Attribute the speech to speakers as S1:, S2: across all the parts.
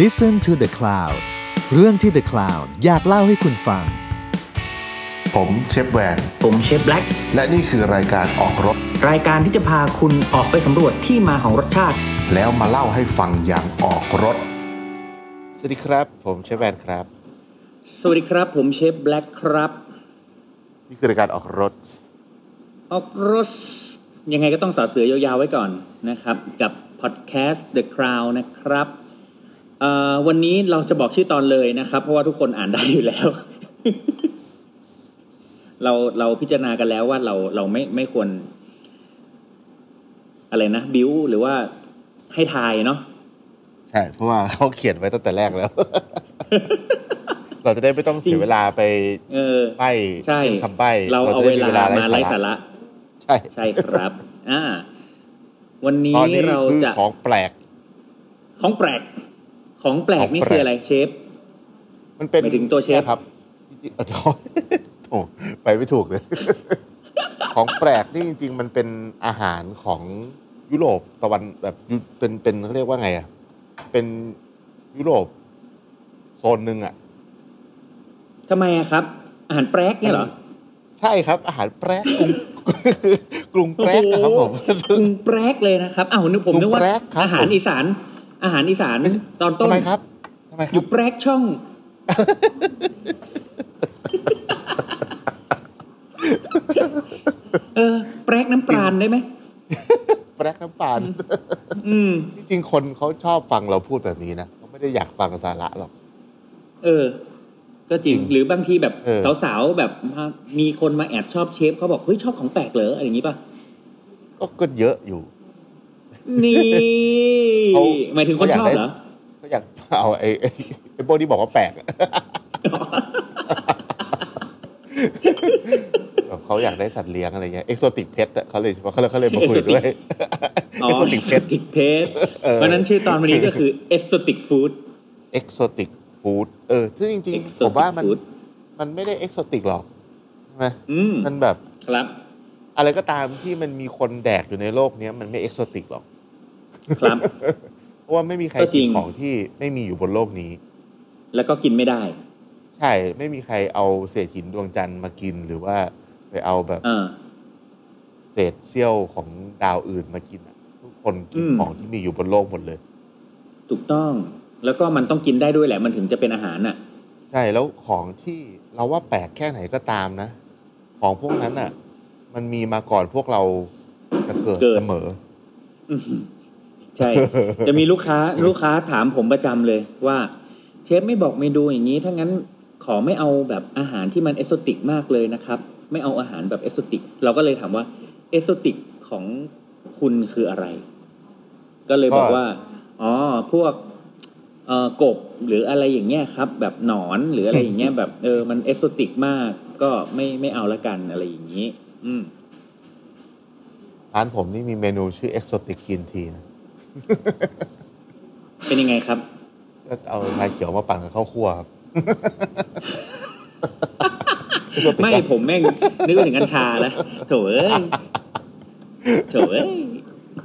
S1: Listen to the Cloud เรื่องที่ The Cloud อยากเล่าให้คุณฟัง
S2: ผมเชฟแวน
S3: ผมเชฟแบล็ก
S2: และนี่คือรายการออกรถ
S3: รายการที่จะพาคุณออกไปสำรวจที่มาของรสชาติ
S2: แล้วมาเล่าให้ฟังอย่างออกรถ สวัสดีครับ ผมเชฟแวนครับ
S3: สวัสดีครับ ผมเชฟแบล็กครับ
S2: นี่คือรายการออกรถ
S3: ออกรส ยังไงก็ต้องสอเสือยาวๆไว้ก่อนนะครับ กับพอดแคสต์ The Crown นะครับเอ่อวันนี้เราจะบอกชื่อตอนเลยนะครับ เพราะว่าทุกคนอ่านได้อยู่แล้ว เราเราพิจารณากันแล้วว่าเราเราไม่ไม่ควร อะไรนะ บิวหรือว่าให้ทายเนาะ
S2: ใช่ เพราะว่าเขาเขียนไว้ตั้งแต่แรก แล้ว เราจะได้ไม่ต้องเสียเวลาไป
S3: เออ
S2: ใบ้
S3: ใช่
S2: เล่นคำใบ้
S3: เราเอา
S2: จะ
S3: เว
S2: ได้
S3: ลามาไร้สาระ
S2: ใช่
S3: ใช่ ครับ อ่า วัน
S2: ต
S3: นี้
S2: อนนี้
S3: เรา
S2: คือ
S3: จะ
S2: ของแปลก
S3: ของแปลก ของแปลกนี่
S2: ของแปลก
S3: คืออะไรเชฟ
S2: มันเป็น
S3: หมายถึงตัวเชฟ
S2: นี่ยครับเอาจอ โอ้ไปไม่ถูกเลย ของแปลกนี่จริง ๆ มันเป็นอาหารของยุโรปตะวันแบบยุเป็นเป็นเขาเรียกว่าไงอ่ะเป็นยุโรปโซนหนึ่งอ่ะ
S3: ทำไมอะครับ อาหารแปลกเนี่ยเหรอ
S2: ใช่ครับ อาหารแปลกกรุง กรุงแปลก นะครับผม
S3: กรุงแปลกเลยนะครับอ้าวนึกผมนึกว่า
S2: กรุงแปลกครับ
S3: อาหารอีสาน อาหารอีสาน
S2: ไม่ใช่
S3: ตอนต้น
S2: ทำไมครับทำไมค
S3: อ
S2: รับ
S3: ยู่แปลกช่ อง เออ แปลกน้ำปลานได้ไหม
S2: แปลกน้ำตาล
S3: อืม
S2: ที่จริงคนเขาชอบฟังเราพูดแบบนี้นะเขาไม่ได้อยากฟังสาระหรอก
S3: เออ ก็จริง
S2: จริง
S3: หรือบางทีแบบ
S2: เออ
S3: สาวๆแบบมามีคนมาแอบชอบเชฟเขาบอกเฮ้ยชอบของแปลกเหรออะไรอย่างนี้ป่ะ
S2: ก็ก็เยอะอยู่
S3: นี่
S2: เขา
S3: หมายถึงคนชอบเหรอ
S2: เขาอยากได้ ก็อยากเอาไอ้ไอ้ไอ้พวกที่บอกว่าแปลกอะ แบบเขาอยากได้สัตว์เลี้ยงอะไรเงี้ยเอ็กโซติกเพชอะเขาเลยเขาเลยเขาเลยมาคุยด้วย
S3: อ๋อ
S2: เอ็กโซติกเพช
S3: exotic pet
S2: เออ
S3: เพราะฉะนั้นชื่อตอนวันนี้ก็คือ exotic food
S2: เอ็กโซติกฟู้ดเออซึ่งจริง
S3: exotic
S2: ๆ ผมว่ามัน
S3: food
S2: มันไม่ได้เอ็กโซติกหรอกใช่ไหม
S3: อืม
S2: มันแบบ
S3: ครับ
S2: อะไรก็ตามที่มันมีคนแดกอยู่ในโลกเนี้ยมันไม่เอ็กโซติกหรอก
S3: ครับ
S2: เพราะว่าไม่มีใคร
S3: ก็จริ
S2: กิน
S3: ง
S2: ของที่ไม่มีอยู่บนโลกนี้
S3: แล้วก็กินไม่ได้
S2: ใช่ ไม่มีใครเอาเศษหินดวงจันทร์มากินหรือว่าไปเอาแบบ
S3: เออ
S2: เศษเสี้ยวของดาวอื่นมากินอะทุกคนกิน
S3: อืม
S2: ของที่มีอยู่บนโลกหมดเลย
S3: ถูกต้อง แล้วก็มันต้องกินได้ด้วยแหละมันถึงจะเป็นอาหารน่ะ
S2: ใช่แล้วของที่เราว่าแปลกแค่ไหนก็ตามนะ ของพวกนั้นอ่ะ มันมีมาก่อนพวกเราจะเกิด
S3: เกิด
S2: เสมอ
S3: อื้อหือใช่ จะมีลูกค้ าลูกค้าถามผมประจำเลยว่า เชฟไม่บอกเมนูอย่างนี้ถ้างั้นขอไม่เอาแบบอาหารที่มันเอสโซติกมากเลยนะครับ ไม่เอาอาหารแบบเอสโซติก เราก็เลยถามว่าเอสโซติกของคุณคืออะไร ก็เลยบอกว่า อ๋อพวกเอ่อกบหรืออะไรอย่างเงี้ยครับ แบบหนอนหรืออะไรอย่างเงี้ย แบบเออมันเอสโซติกมาก ก็ไม่ไม่เอาละกันอะไรอย่างนี้ อืม
S2: ร้านผมนี่มีเมนูชื่อเอ็กโซติกกินทีนะ
S3: เป็นยังไงครับ
S2: ก็เอาชาเขียวมาปั่นกับข้าวคั่ว ครับ Exotic
S3: ไม่
S2: ปะ
S3: ผมแม่ง นึกถึงกัญชาแล้วโถเอ้ยโถเอ้ย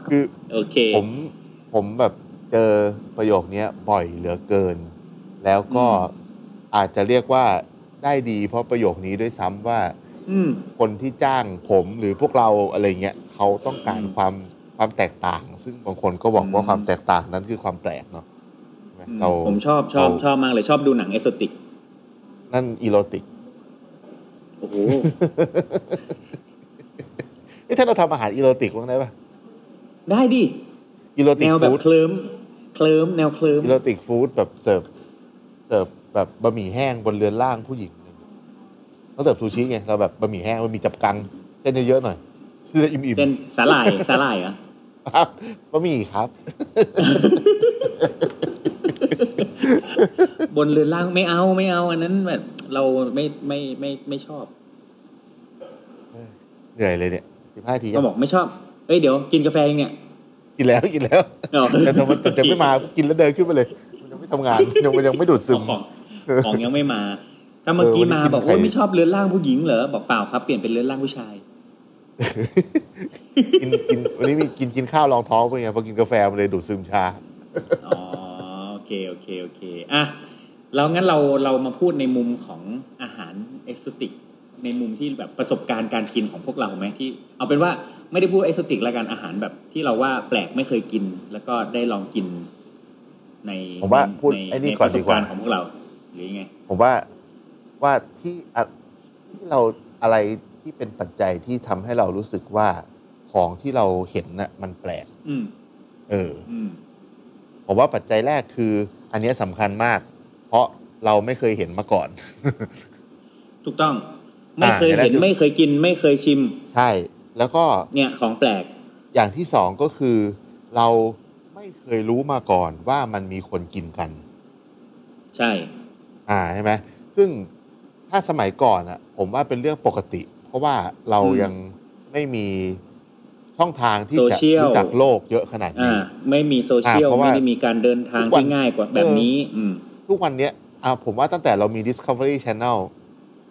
S2: คือ
S3: โอเค
S2: ผมผมแบบเจอประโยคเนี้ยบ่อยเหลือเกิน แล้วก็
S3: อื
S2: อาจจะเรียกว่าได้ดีเพราะประโยคนี้ด้วยซ้ำว่า
S3: อืม
S2: คนที่จ้างผมหรือพวกเราอะไรเงี้ยเขาต้องการ
S3: อืม
S2: ความความแตกต่าง ซึ่งบางคนก็บอกว่า
S3: อืม
S2: ความแตกต่างนั้นคือความแปลกเนาะใช่ไหม
S3: อืม
S2: เรา
S3: ผมชอบชอบ
S2: เรา
S3: ชอบมากเลยชอบดูหนังเอสโซติก
S2: นั่นอีโรติก
S3: โอ้ โห
S2: เอ้ถ้าเราทำอาหารอีโรติกบ้างได้ปะ
S3: ได้ดิ
S2: อีโรติ
S3: แน
S2: ก
S3: วแบบ
S2: ฟู้ด
S3: เคลิ้มเคลิ้มแนวเคลิ้ม
S2: อีโรติกฟู้ดแบบเสิร์ฟเสิร์ฟแบบบะหมี่แห้งบนเรือนล่างผู้หญิง เขาเสิร์ฟซูชิไงเราแบบบะหมี่แห้งบะหมี่จับกังเส้นเยอะๆหน่อยจะอิ่ม
S3: เช่นสาหร่ายสาหร่ายเหรอ
S2: ๆครับบะหมี่ครับ
S3: บนเรือนล่างไม่เอาไม่เอาอันนั้นแบบ เราไม่ไม่ไม่ไม่ชอบ
S2: เหนื่อยเลยเนี่ยสิบห้าทียั
S3: ก็
S2: ง
S3: บอกไม่ชอบเอ้ยเดี๋ยวกินกาแฟยังเนี่ย
S2: กินแล้วกินแล้ว
S3: อ๋อ
S2: แต่แต่มันแต่จะไม่มากินแล้วเดินขึ้นไปเลย มันยังไม่ทำงานยังมันยังไม่ดูดซึม
S3: ของของยังไม่มา ถ้าเมื่อกี้มาบอก
S2: เออวัน
S3: โอ้ย
S2: นี้กินไข่
S3: ไม่ชอบเรือนล่างผู้หญิงเหรอบอกเปล่าครับเปลี่ยนเป็นเรือนล่างผู้ชาย
S2: กินกินวันนี้มีกินกินข้าวรองท้องไปไงพอกินกาแฟมันเลยดูดซึมชา
S3: อ๋อโอเค เคโอเคโอเคอ่ะแล้วงั้นเราเรามาพูดในมุมของอาหารเอกโซติก ในมุมที่แบบประสบการณ์การกินของพวกเราไหมที่ เอาเป็นว่าไม่ได้พูดเอกโซติกแล้วกันอาหารแบบที่เราว่าแปลกไม่เคยกิน แล้วก็ได้ลองกิน ใน
S2: ผมว่าพูด
S3: ใน
S2: ไอ้นี่
S3: ใ
S2: ก่อนดีกว่า
S3: ประสบรณ์ของพวกเรา หรือยังไง
S2: ผมว่าว่าที่อะที่เราอะไรที่เป็นปัจจัยที่ทำให้เรารู้สึกว่าของที่เราเห็นน่ะมันแปลก
S3: อืม
S2: เออ
S3: อืม
S2: ผมว่าปัจจัยแรกคือ อันเนี้ยสำคัญมาก เพราะเราไม่เคยเห็นมาก่อน
S3: ถูกต้อง ไม่เคย
S2: อ่า
S3: เห็น
S2: เดี๋ยวนะ
S3: ไม่เคยกิน ไม่เคยชิม
S2: ใช่ แล้วก็
S3: เนี่ยของแปลก
S2: อย่างที่สองก็คือ เราไม่เคยรู้มาก่อนว่ามันมีคนกินกัน
S3: ใช่
S2: อ่าใช่ไหมซึ่งถ้าสมัยก่อนอะผมว่าเป็นเรื่องปกติ เพราะว่าเรา
S3: อืม
S2: ยังไม่มีช่องทางที่จะ
S3: โซเชียล
S2: รู้จักโลกเยอะขนาด
S3: อ่า
S2: นี้
S3: ไม่มีโซเชียล
S2: อ่าเพราะว่า
S3: ไม่ได้มีการเดินทาง
S2: ทุกวัน
S3: ที่ง่ายกว่าแบบนี้ อืม
S2: ทุกวันเนี้ยอ่าผมว่าตั้งแต่เรามี Discovery Channel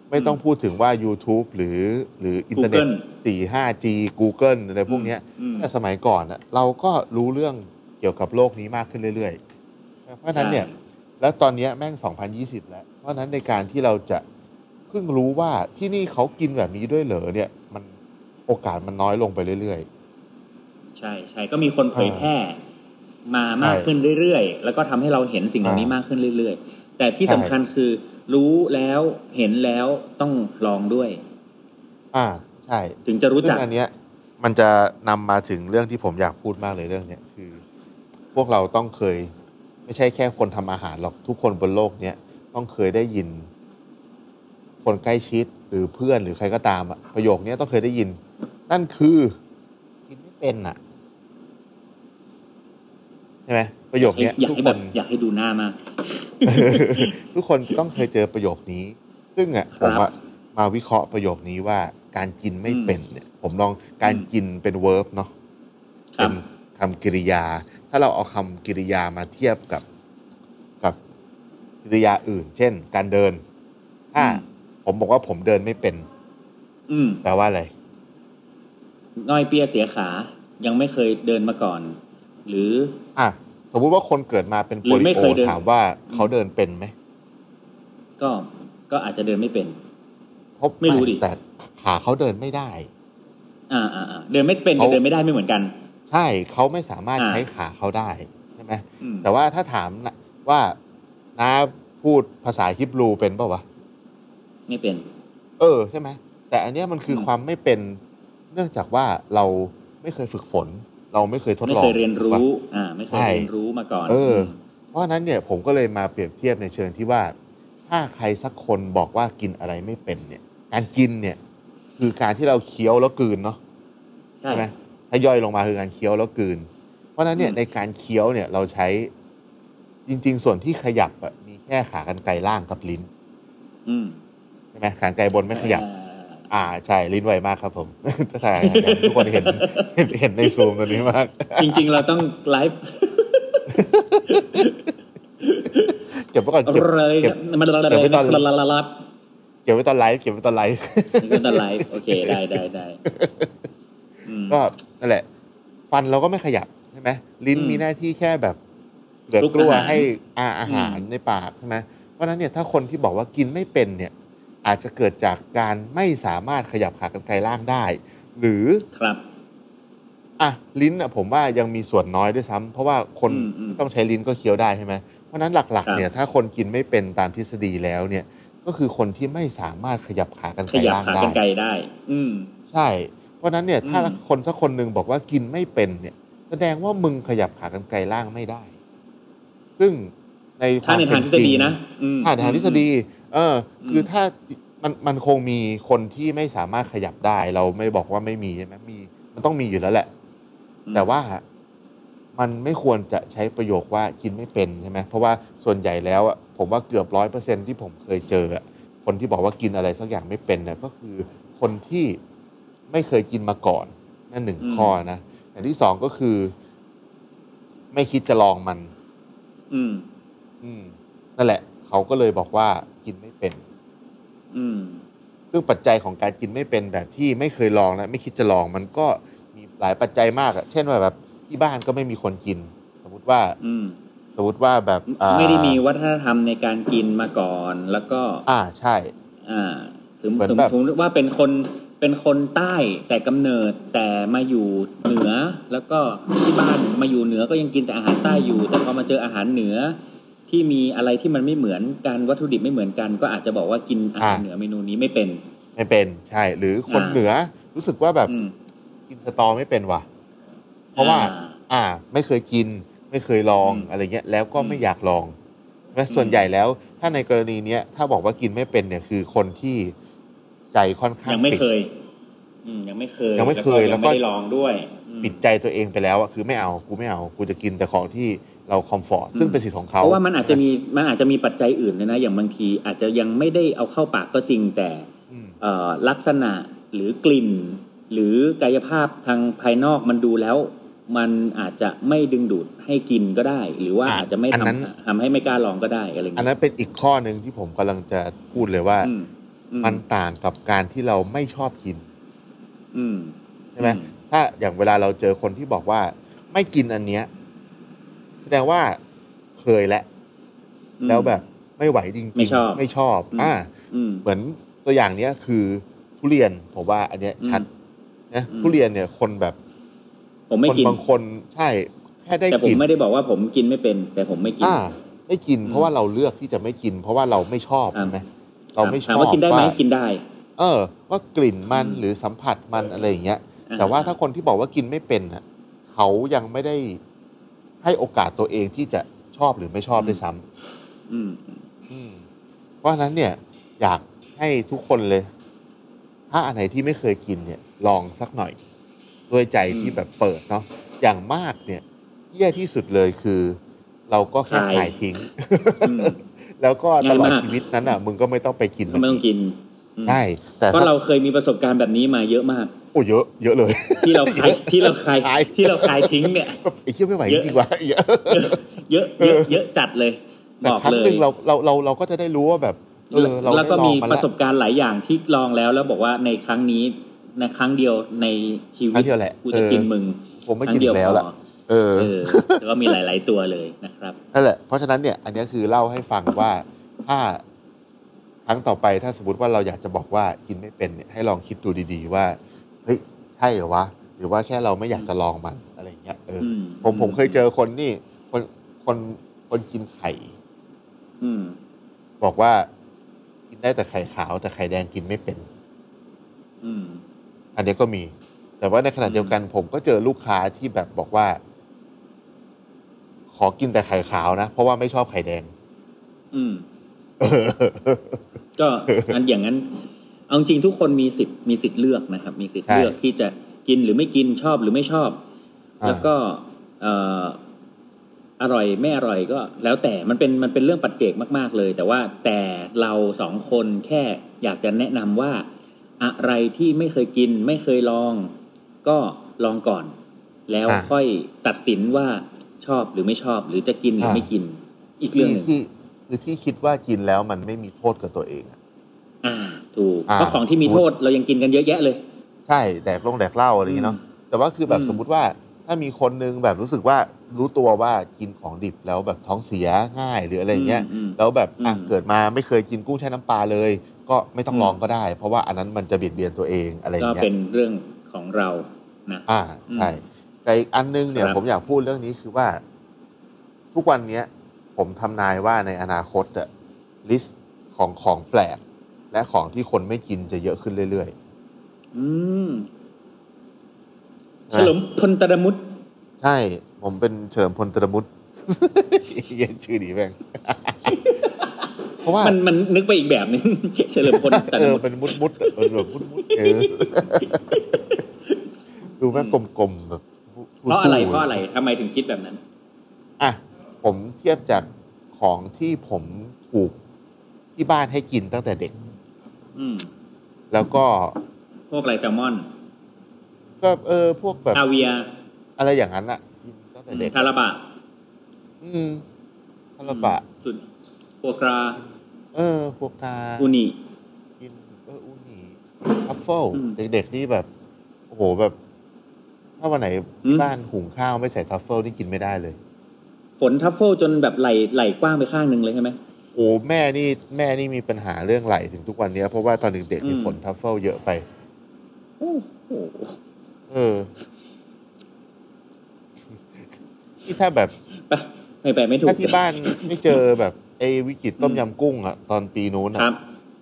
S2: ไม่ต้องพูดถึงว่า YouTube หรือหรืออินเทอร์เน็ต 4 5G Google อะไรพวกเนี้ย
S3: อืม
S2: แต่สมัยก่อนน่ะเราก็รู้เรื่องเกี่ยวกับโลกนี้มากขึ้นเรื่อยๆ เพราะฉะนั้นเนี่ย
S3: ใช่
S2: แล้วตอนเนี้ยแม่ง 2020 แล้ว เพราะฉะนั้นในการที่เราจะเพิ่งรู้ว่าที่นี่เขากินแบบนี้ด้วยเหรอเนี่ย มันโอกาสมันน้อยลงไปเรื่อย
S3: ใช่ใช่ก็มีคนเผยแพร่มามาก
S2: ใช่
S3: ขึ้นเรื่อยๆ แล้วก็ทำให้เราเห็นสิ่งเหล่านี้
S2: อ่าม
S3: มากขึ้นเรื่อยๆ แต่ที่
S2: ใช่
S3: สำคัญคือ รู้แล้วเห็นแล้วต้องลองด้วย
S2: ๆ อ่า ใช่
S3: ถึงจะรู้จัก
S2: ซึ่งอันเนี้ยมันจะนำมาถึงเรื่องที่ผมอยากพูดมากเลยเรื่องเนี้ยคือ พวกเราต้องเคย ไม่ใช่แค่คนทำอาหารหรอกทุกคนบนโลกเนี้ยต้องเคยได้ยิน คนใกล้ชิดหรือเพื่อนหรือใครก็ตามอะประโยคเนี้ยต้องเคยได้ยิน นั่นคือ กินไม่เป็นอ่ะใช่ไหมประโยคเนี้ย
S3: อยาก
S2: ทุก
S3: ให้
S2: ค
S3: แบ
S2: น
S3: บ อยากให้ดูหน้ามาก
S2: ทุกคนต้องเคยเจอประโยคนี้ ซึ่งอ่ะ
S3: ค
S2: ผ
S3: รับ
S2: มอะมาวิเคราะห์ประโยคนี้ว่าการกินไม่
S3: อืม
S2: เป็นเนี่ย ผมลองการ
S3: อืม
S2: กินเป็น verb เนาะ
S3: ครั
S2: เป็
S3: บ
S2: นคำกริยา ถ้าเราเอาคำกริยามาเทียบกับกับกริยาอื่น เช่น การเดิน ถ้า
S3: อืม
S2: ผมบอกว่าผมเดินไม่เป็น
S3: อืม
S2: แปลว่าอะไร
S3: ง่อยเปียเสียขา ยังไม่เคยเดินมาก่อน หรือ
S2: อ่ะสมมุติว่าคนเกิดมาเป็น
S3: หรื
S2: โป
S3: อไม่
S2: ลิโอ
S3: เคยเดิน
S2: ถามว่าเขาเดินเป็นไหม
S3: ก็ก็อาจจะเดินไม่เป็น
S2: เพาะ
S3: ไม่รู้ดิ
S2: แต่ขาเขาเดินไม่ได้
S3: อ่าอ่าอ่าเดินไม่เป็นกับ
S2: เขา
S3: เดินไม่ได้ไม่เหมือนกัน
S2: ใช่เขาไม่สามารถ
S3: อ่า
S2: ใช้ขาเขาได้ใช่ไหม
S3: อืม
S2: แต่ว่าถ้าถามนะว่าน้าพูดภาษาฮิบรูเป็นเปล่าวะ
S3: ไม่เป็น
S2: เออใช่ไหมแต่อันเนี้ยมันคืออ
S3: ม
S2: ความไม่เป็น เนื่องจากว่าเราไม่เคยฝึกฝน เราไม่เคยทด
S3: ไม่
S2: ลอง
S3: เคยเรียน
S2: ถู
S3: รู้
S2: กปะ
S3: อ่า ไม่เคย
S2: ใช่
S3: เรียนรู้มาก่อน
S2: เออ
S3: ม
S2: เพราะฉะนั้นเนี่ยผมก็เลยมาเปรียบเทียบในเชิงที่ว่า ถ้าใครสักคนบอกว่ากินอะไรไม่เป็นเนี่ย การกินเนี่ย คือการที่เราเคี้ยวแล้วกลืนเนาะ
S3: ใช่
S2: ใช่ไหมถ้าย่อยลงมาคือการเคี้ยวแล้วกลืน เพราะฉะนั้นเนี่ย
S3: อืม
S2: ในการเคี้ยวเนี่ยเราใช้จริง ๆ ส่วนที่ขยับอะมีแค่ขากรรไกรล่างกับลิ้น
S3: อืม
S2: ใช่ไหมขากรรไกรบนไม่ขยับ
S3: อ่า
S2: อ่าใช่ลิ้นไวมากครับผม ถ้าทางนั้นทุกคนเห็น เห็นเห็นในซูมตัวนี้มาก
S3: จริงๆ เราต้องไลฟ์
S2: เก็บไว้ก่อนเก็บ
S3: เลย
S2: เก็บ
S3: มันละละ
S2: เก็บไว้ตอน
S3: ละละละละ
S2: เก็บไว้ตอนไลฟ์เก็บไว้ตอนไลฟ์
S3: มันละไลฟ์โอเคได้ได้ได้อืม
S2: ก็นั่นแหละ ฟันเราก็ไม่ขยับใช่ไหมลิ้น
S3: อืม
S2: มีหน้าที่แค่แบบเหลือ
S3: คลุก
S2: กลัว
S3: อาหาร
S2: ให้อาอาหาร
S3: อืม
S2: ในปากใช่ไหมเพราะฉะนั้นเนี่ยถ้าคนที่บอกว่ากินไม่เป็นเนี่ย อาจจะเกิดจากการไม่สามารถขยับขากรรไกรล่างได้ หรือ
S3: ครับ
S2: อ่ะลิ้นอ่ะผมว่ายังมีส่วนน้อยด้วยซ้ำเพราะว่าคน
S3: อืมอืม
S2: ที่ต้องใช้ลิ้นก็เคี้ยวได้ใช่ไหมเพราะฉะนั้นหลัก
S3: ครับ
S2: ๆเนี่ย ถ้าคนกินไม่เป็นตามทฤษฎีแล้วเนี่ย ก็คือคนที่ไม่สามารถขยับขากรร
S3: ข
S2: ไกร
S3: ยับ
S2: ล่าง
S3: ขา
S2: ได้
S3: กันไกลได้ อืม
S2: ใช่ เพราะฉะนั้นเนี่ย
S3: อืม
S2: ถ้าคนสักคนหนึ่งบอกว่ากินไม่เป็นเนี่ย แสดงว่ามึงขยับขากรรไกรล่างไม่ได้ ซึ่งใน
S3: ถ้าในทางทฤษฎีนะ อืม
S2: ถ้าในทางทฤษฎี เออ คืออ
S3: ม
S2: ถ้ามันมันคงมีคนที่ไม่สามารถขยับได้ เราไม่ได้บอกว่าไม่มีใช่ไหมมี มันต้องมีอยู่แล้วแหละ แต่ว่ามันไม่ควรจะใช้ประโยคว่ากินไม่เป็นใช่ไหมเพราะว่าส่วนใหญ่แล้วอะผมว่าเกือบร้อยเปอร์เซ็นที่ผมเคยเจออะคนที่บอกว่ากินอะไรสักอย่างไม่เป็นเนี่ยก็คือคนที่ไม่เคยกินมาก่อนนั่นหนึ่ง
S3: อืม
S2: ข้อนะอย่างที่สองก็คือ ไม่คิดจะลองมัน
S3: อืม
S2: อืมนั่นแหละ เขาก็เลยบอกว่ากินไม่เป็น
S3: อืม
S2: ซึ่งปัจจัยของการกินไม่เป็นแบบที่ไม่เคยลองและไม่คิดจะลองมันก็มีหลายปัจจัยมากอะเช่นว่าแบบที่บ้านก็ไม่มีคนกิน สมมติว่า
S3: อืม
S2: สมมติว่าแบบอ่า
S3: ไม่ได้มีวัฒนธรรมในการกินมาก่อน แล้วก็
S2: อ่าใช่
S3: อ่าถึง
S2: เหมือน
S3: ถึง
S2: แบบ
S3: ถึงว่าเป็นคนเป็นคนใต้แต่กำเนิดแต่มาอยู่เหนือ แล้วก็ที่บ้านมาอยู่เหนือก็ยังกินแต่อาหารใต้อยู่ แต่พอมาเจออาหารเหนือ ที่มีอะไรที่มันไม่เหมือนกันวัตถุดิบไม่เหมือนกัน ก็อาจจะบอกว่ากินอาหารเหนือเมนูนี้ไม่เป็น
S2: ไม่เป็นใช่ หรือคน
S3: อ่า
S2: เหนือรู้สึกว่าแบบ
S3: อืม
S2: กินสตอไม่เป็นว่ะ เพราะว่า
S3: อ่
S2: อ่า ไม่เคยกิน ไม่เคยลอง
S3: อืม
S2: อะไรเงี้ยแล้วก็
S3: อืม
S2: ไม่อยากลองและ
S3: อืม
S2: ส่วนใหญ่แล้ว ถ้าในกรณีเนี้ยถ้าบอกว่ากินไม่เป็นเนี่ยคือคนที่ใจค่อนข้าง
S3: ยังไม่
S2: ปิด
S3: เคย อืมยังไม่เคย
S2: ยังไม่เคย
S3: แล้ว
S2: แล้วก็
S3: ก็ยังไม่ได้ลองด้วยอืม
S2: ปิดใจตัวเองไปแล้วอะคือไม่เอากูไม่เอากูจะกินแต่ของที่เราคอมฟอร์ต
S3: อืม
S2: ซึ่งเป็นสิทธิ์ของเขา
S3: เพราะว่ามันอาจจะมีมันอาจจะมีปัจจัยอื่นด้วยนะ อย่างบางทีอาจจะยังไม่ได้เอาเข้าปากก็จริงแต่
S2: อืม
S3: เอ่อลักษณะหรือกลิ่น หรือกายภาพทางภายนอกมันดูแล้ว มันอาจจะไม่ดึงดูดให้กินก็ได้ หรือว่า
S2: อ่ะ
S3: อาจจะไม่
S2: อันนั้น
S3: ทำทำให้ไม่กล้าลองก็ได้อะไรอย่าง
S2: อัน
S3: เงี้
S2: นั้
S3: ย
S2: นเป็นอีกข้อหนึ่งที่ผมกำลังจะพูดเลยว่า
S3: อืมอื
S2: มันต่างกับการที่เราไม่ชอบกิน
S3: อืม
S2: ใช่ไหม
S3: อื
S2: ถ้าอย่างเวลาเราเจอคนที่บอกว่า ไม่กินอันเนี้ยแสดงว่าเคยแล้ว
S3: อืม
S2: แล้วแบบไม่ไหวจริงๆ
S3: ไม่ชอบ
S2: ไม่ชอบ
S3: อืม
S2: อ่า
S3: อืม
S2: เหมือนตัวอย่างเนี้ยคือทุเรียนผมว่า อันเนี้ยชัดนะ
S3: อืม
S2: ทุเรียนเนี่ยคนแบบ
S3: ผมไม่
S2: คน
S3: กิน
S2: บางคนใช่แค่ได้
S3: แต่ผม
S2: กลิน
S3: ไม่ได้บอกว่าผมกินไม่เป็น แต่ผมไม่กิน
S2: อ่า ไม่กิน
S3: อืม
S2: เพราะว่าเราเลือกที่จะไม่กิน เพราะว่าเราไม่ชอบ
S3: อ่า
S2: ใช่ไหมเราไม่ช
S3: ถาม
S2: อบ
S3: ว่ากินได้ไหม
S2: ว่า
S3: กินได้
S2: เออ ว่ากลิ่นมัน
S3: อืม
S2: หรือสัมผัสมันอะไรอย่างเงี้ย
S3: อ่
S2: แต่ว่าถ้าคนที่บอกว่ากินไม่เป็นน่ะเขายังไม่ได้ให้โอกาสตัวเองที่จะชอบหรือไม่ชอบด้วยซ้
S3: อืม
S2: ำอืมเพราะฉะนั้นเนี่ย อยากให้ทุกคนเลย ถ้าอันไหนที่ไม่เคยกินเนี่ย ลองสักหน่อย ด้วยใจ
S3: อืม
S2: ที่แบบเปิดเนาะอย่างมากเนี่ยแย่ที่สุดเลยคือ เราก็แค่
S3: ขาย
S2: ขายทิ้ง
S3: อืม
S2: แล้วก็ต
S3: ง่าย
S2: ลอด
S3: มาก
S2: ชีวิตนั้นอ่ะมึงก็ไม่ต้องไปกิน
S3: ก็ไม่ต้องกินอืม
S2: ใช่แต่
S3: เพราะ
S2: ถ้า
S3: เราเคยมีประสบการณ์แบบนี้มาเยอะมาก
S2: โอ้เยอะเยอะเลย
S3: ที่เราขายที่เราขาย
S2: ขาย
S3: ที่เราขายทิ้งเนี่ย
S2: แบบไอ้เชี่ยไม่ไหว
S3: เยอะ
S2: จริงๆว่ะเยอะ
S3: เยอะเยอะเยอะจัดเลย บ
S2: แต่
S3: อก
S2: ครั้ง
S3: เลย
S2: หนึ่งเราเราเราเราก็จะได้รู้ว่าแบบ เออเรา
S3: แล้วก็
S2: ได้ลอ
S3: มี
S2: งา
S3: ป
S2: แล้
S3: ระส
S2: ว
S3: บการณ์หลายอย่างที่ลองแล้วแล้วบอกว่าในครั้งนี้ในครั้งเดียวในชี
S2: ค
S3: วิ
S2: รั้
S3: ต
S2: งเดียวแหละ
S3: กู
S2: เอ
S3: จะ
S2: อ
S3: กินมึง
S2: ผมไม่
S3: ครั้
S2: กิน
S3: งเดียว
S2: อีกแล้วล่ะ
S3: พอ
S2: เออ
S3: เออแล้วก็มีหลาย ๆตัวเลยนะครับ
S2: นั่นแหละเพราะฉะนั้นเนี่ย อันเนี้ยคือเล่าให้ฟังว่าถ้าครั้งต่อไปถ้าสมมติว่าเราอยากจะบอกว่ากินไม่เป็นเนี่ยให้ลองคิดดูดีๆว่าเฮ้ยใช่เหรอวะหรือว่าแค่เราไม่อยากจะลองมันอะไรอย่างเงี้ยเอออ
S3: อื
S2: ผมผมเคยเจอคนนี่คนคนคนกินไข่
S3: อืม
S2: บอกว่า กินได้แต่ไข่ขาวแต่ไข่แดงกินไม่เป็น
S3: อืม
S2: อันเนี้ยก็มี แต่ว่าในขณะเดียวกันผมก็เจอลูกค้าที่แบบบอกว่า ขอกินแต่ไข่ขาวนะ เพราะว่าไม่ชอบไข่แดง
S3: อืม ก็อันอย่างนั้น เอาจริงทุกคนมีสิทธิ์มีสิทธิ์เลือกนะครับ มีสิทธิ์
S2: ใช่
S3: เลือกที่จะกินหรือไม่กินชอบหรือไม่ชอบ
S2: อ่า
S3: แล้วก็เอ่ออร่อยไม่อร่อยก็ แล้วแต่มันเป็นมันเป็นเรื่องปัจเจกมาก ๆ เลย แต่ว่าแต่เราสองคนแค่อยากจะแนะนำว่า อะไรที่ไม่เคยกิน ไม่เคยลอง ก็ลองก่อน แล้ว
S2: อ่า
S3: ค่อยตัดสินว่าชอบหรือไม่ชอบ หรือจะกินหรืออา ไม่กิน อีกเรื่อ
S2: ที่
S3: งหนึ่ง
S2: ที่คือที่คิดว่ากินแล้วมันไม่มีโทษกับตัวเองอะ
S3: อ่าถูก
S2: อ่า
S3: เพราะของที่มีโทษเรายังกินกันเยอะแยะเลย
S2: ใช่แดกลงแดกเหล้าอะไรอย่างเงี้ยเนาะแต่ว่าคือแบบ
S3: อืม
S2: สมมุติว่า ถ้ามีคนนึงแบบรู้สึกว่ารู้ตัวว่ากินของดิบแล้วแบบท้องเสียง่ายหรืออะไรอย่างเงี้ย
S3: มม
S2: แล้วแบบอ่ะ
S3: อืม
S2: เกิดมาไม่เคยกินกุ้งแช่น้ำปลาเลย ก็ไม่ต้อง
S3: อืม
S2: ลองก็ได้ เพราะว่าอันนั้นมันจะเบียดเบียนตัวเองอะไรอ
S3: ก็
S2: ย่างเงี้ย
S3: เป็นเรื่องของเรานะ
S2: อ่าใช่
S3: อืม
S2: แต่อีกอันนึงเนี่ย
S3: ครับ
S2: ผมอยากพูดเรื่องนี้คือว่า ทุกวันเนี้ย ผมทำนายว่าในอนาคตอะลิสต์ของของแปลก และของที่คนไม่กินจะเยอะขึ้นเรื่อย
S3: อืม
S2: ๆ
S3: ฉลม
S2: นะ
S3: พลตระมุด
S2: ใช่ ผมเป็นเฉลิมพลตระมุ ต เย็นชื่อดีแม่ง เพราะว่า
S3: มันมันนึกไปอีกแบบหนึง เฉลิมพลต
S2: เอ
S3: ระ
S2: อ
S3: มุด
S2: เป็นมุดมุดๆอะเออแบบมุดมุดๆเออ ดูแม่งกลมๆแบบ
S3: เพราะอะไร
S2: ทู่ๆ
S3: เพราะอะไรทำไมถึงคิดแบบนั้น
S2: อ่ะผมเทียบจากของที่ผมถูกที่บ้านให้กินตั้งแต่เด็ก
S3: อืม
S2: แล้วก็
S3: พวกไรแซลมอน
S2: ก็เออพวกแบบ
S3: คาเวียร์
S2: อะไรอย่างนั้นอะกินตั้งแต่เด็ก
S3: คาราบะ
S2: อืมคาราบะ
S3: สุดพวกรา
S2: เออ พวกตา
S3: อูนิ
S2: กินเอออูนีทัฟเฟิล
S3: อืม
S2: เด็กๆนี่แบบโอ้โหแบบ ถ้าวันไหน
S3: อืม
S2: บ้านหุงข้าวไม่ใส่ทัฟเฟิลนี่กินไม่ได้เลย
S3: ฝนทัฟเฟิลจนแบบไหลไหลกว้างไปข้างหนึ่งเลยใช่ไหม
S2: โอ้แม่นี่แม่นี่มีปัญหาเรื่องไหลถึงทุกวันเนี้ยเพราะว่าตอนเด็กๆนี่
S3: อืม
S2: ฝนทัฟเฟิลเยอะไป
S3: โอ้โห
S2: เออ ที่ถ้าแบบ
S3: ไปไม่ไปไม่ถูก
S2: ถ้าที่บ้านไม่เจอแบบไอ้วิกฤตต้ม
S3: อืม
S2: ยำกุ้งอะตอนปีนู้นอะ
S3: ครับ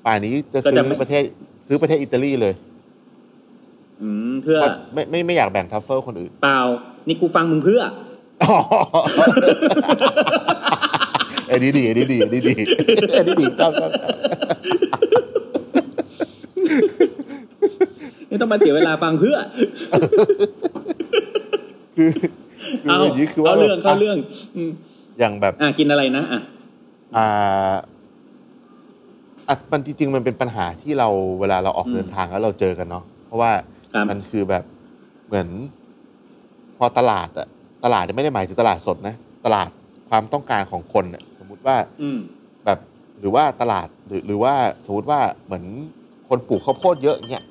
S2: ป่านนี้
S3: ก็
S2: จะซื้
S3: จะ
S2: อ
S3: ไม่
S2: ประเทศ ซื้อประเทศอิตาลีเลย
S3: อืมเพื่อ
S2: ว่าไม่ไม่ไม่อยากแบ่งทัฟเฟิลคน อื่น
S3: เปล่า นี่กูฟังมึงเพื่อ
S2: ไอ้ดีดีไอ้ดีดีไอ้ดีดีไอ้ดีดีชอบชอบชอบ
S3: ไม่ต้องมาเสียเวลาฟังเพื่อ
S2: คือคือ
S3: เอา
S2: อย่างนี้คือว่า
S3: เอาเรื่อง
S2: แบบ
S3: เข้าเรื่องอืม
S2: อย่างแบบ
S3: อ่ะกินอะไรนะอ่ะ
S2: อ่าอ่ะมันจริงๆมันเป็นปัญหาที่เราเวลาเราออก
S3: อืม
S2: เดินทางแล้วเราเจอกันเนาะเพราะว่า
S3: ครับ
S2: มันคือแบบเหมือน พอตลาดอะตลาดเนี่ยไม่ได้หมายถึงตลาดสดนะ ตลาดความต้องการของคนเนี่ยสมมุติว่า
S3: อืม
S2: แบบหรือว่าตลาดหรือหรือว่าสมมติว่าเหมือนคนปลูกข้าวโพดเยอะเนี่ย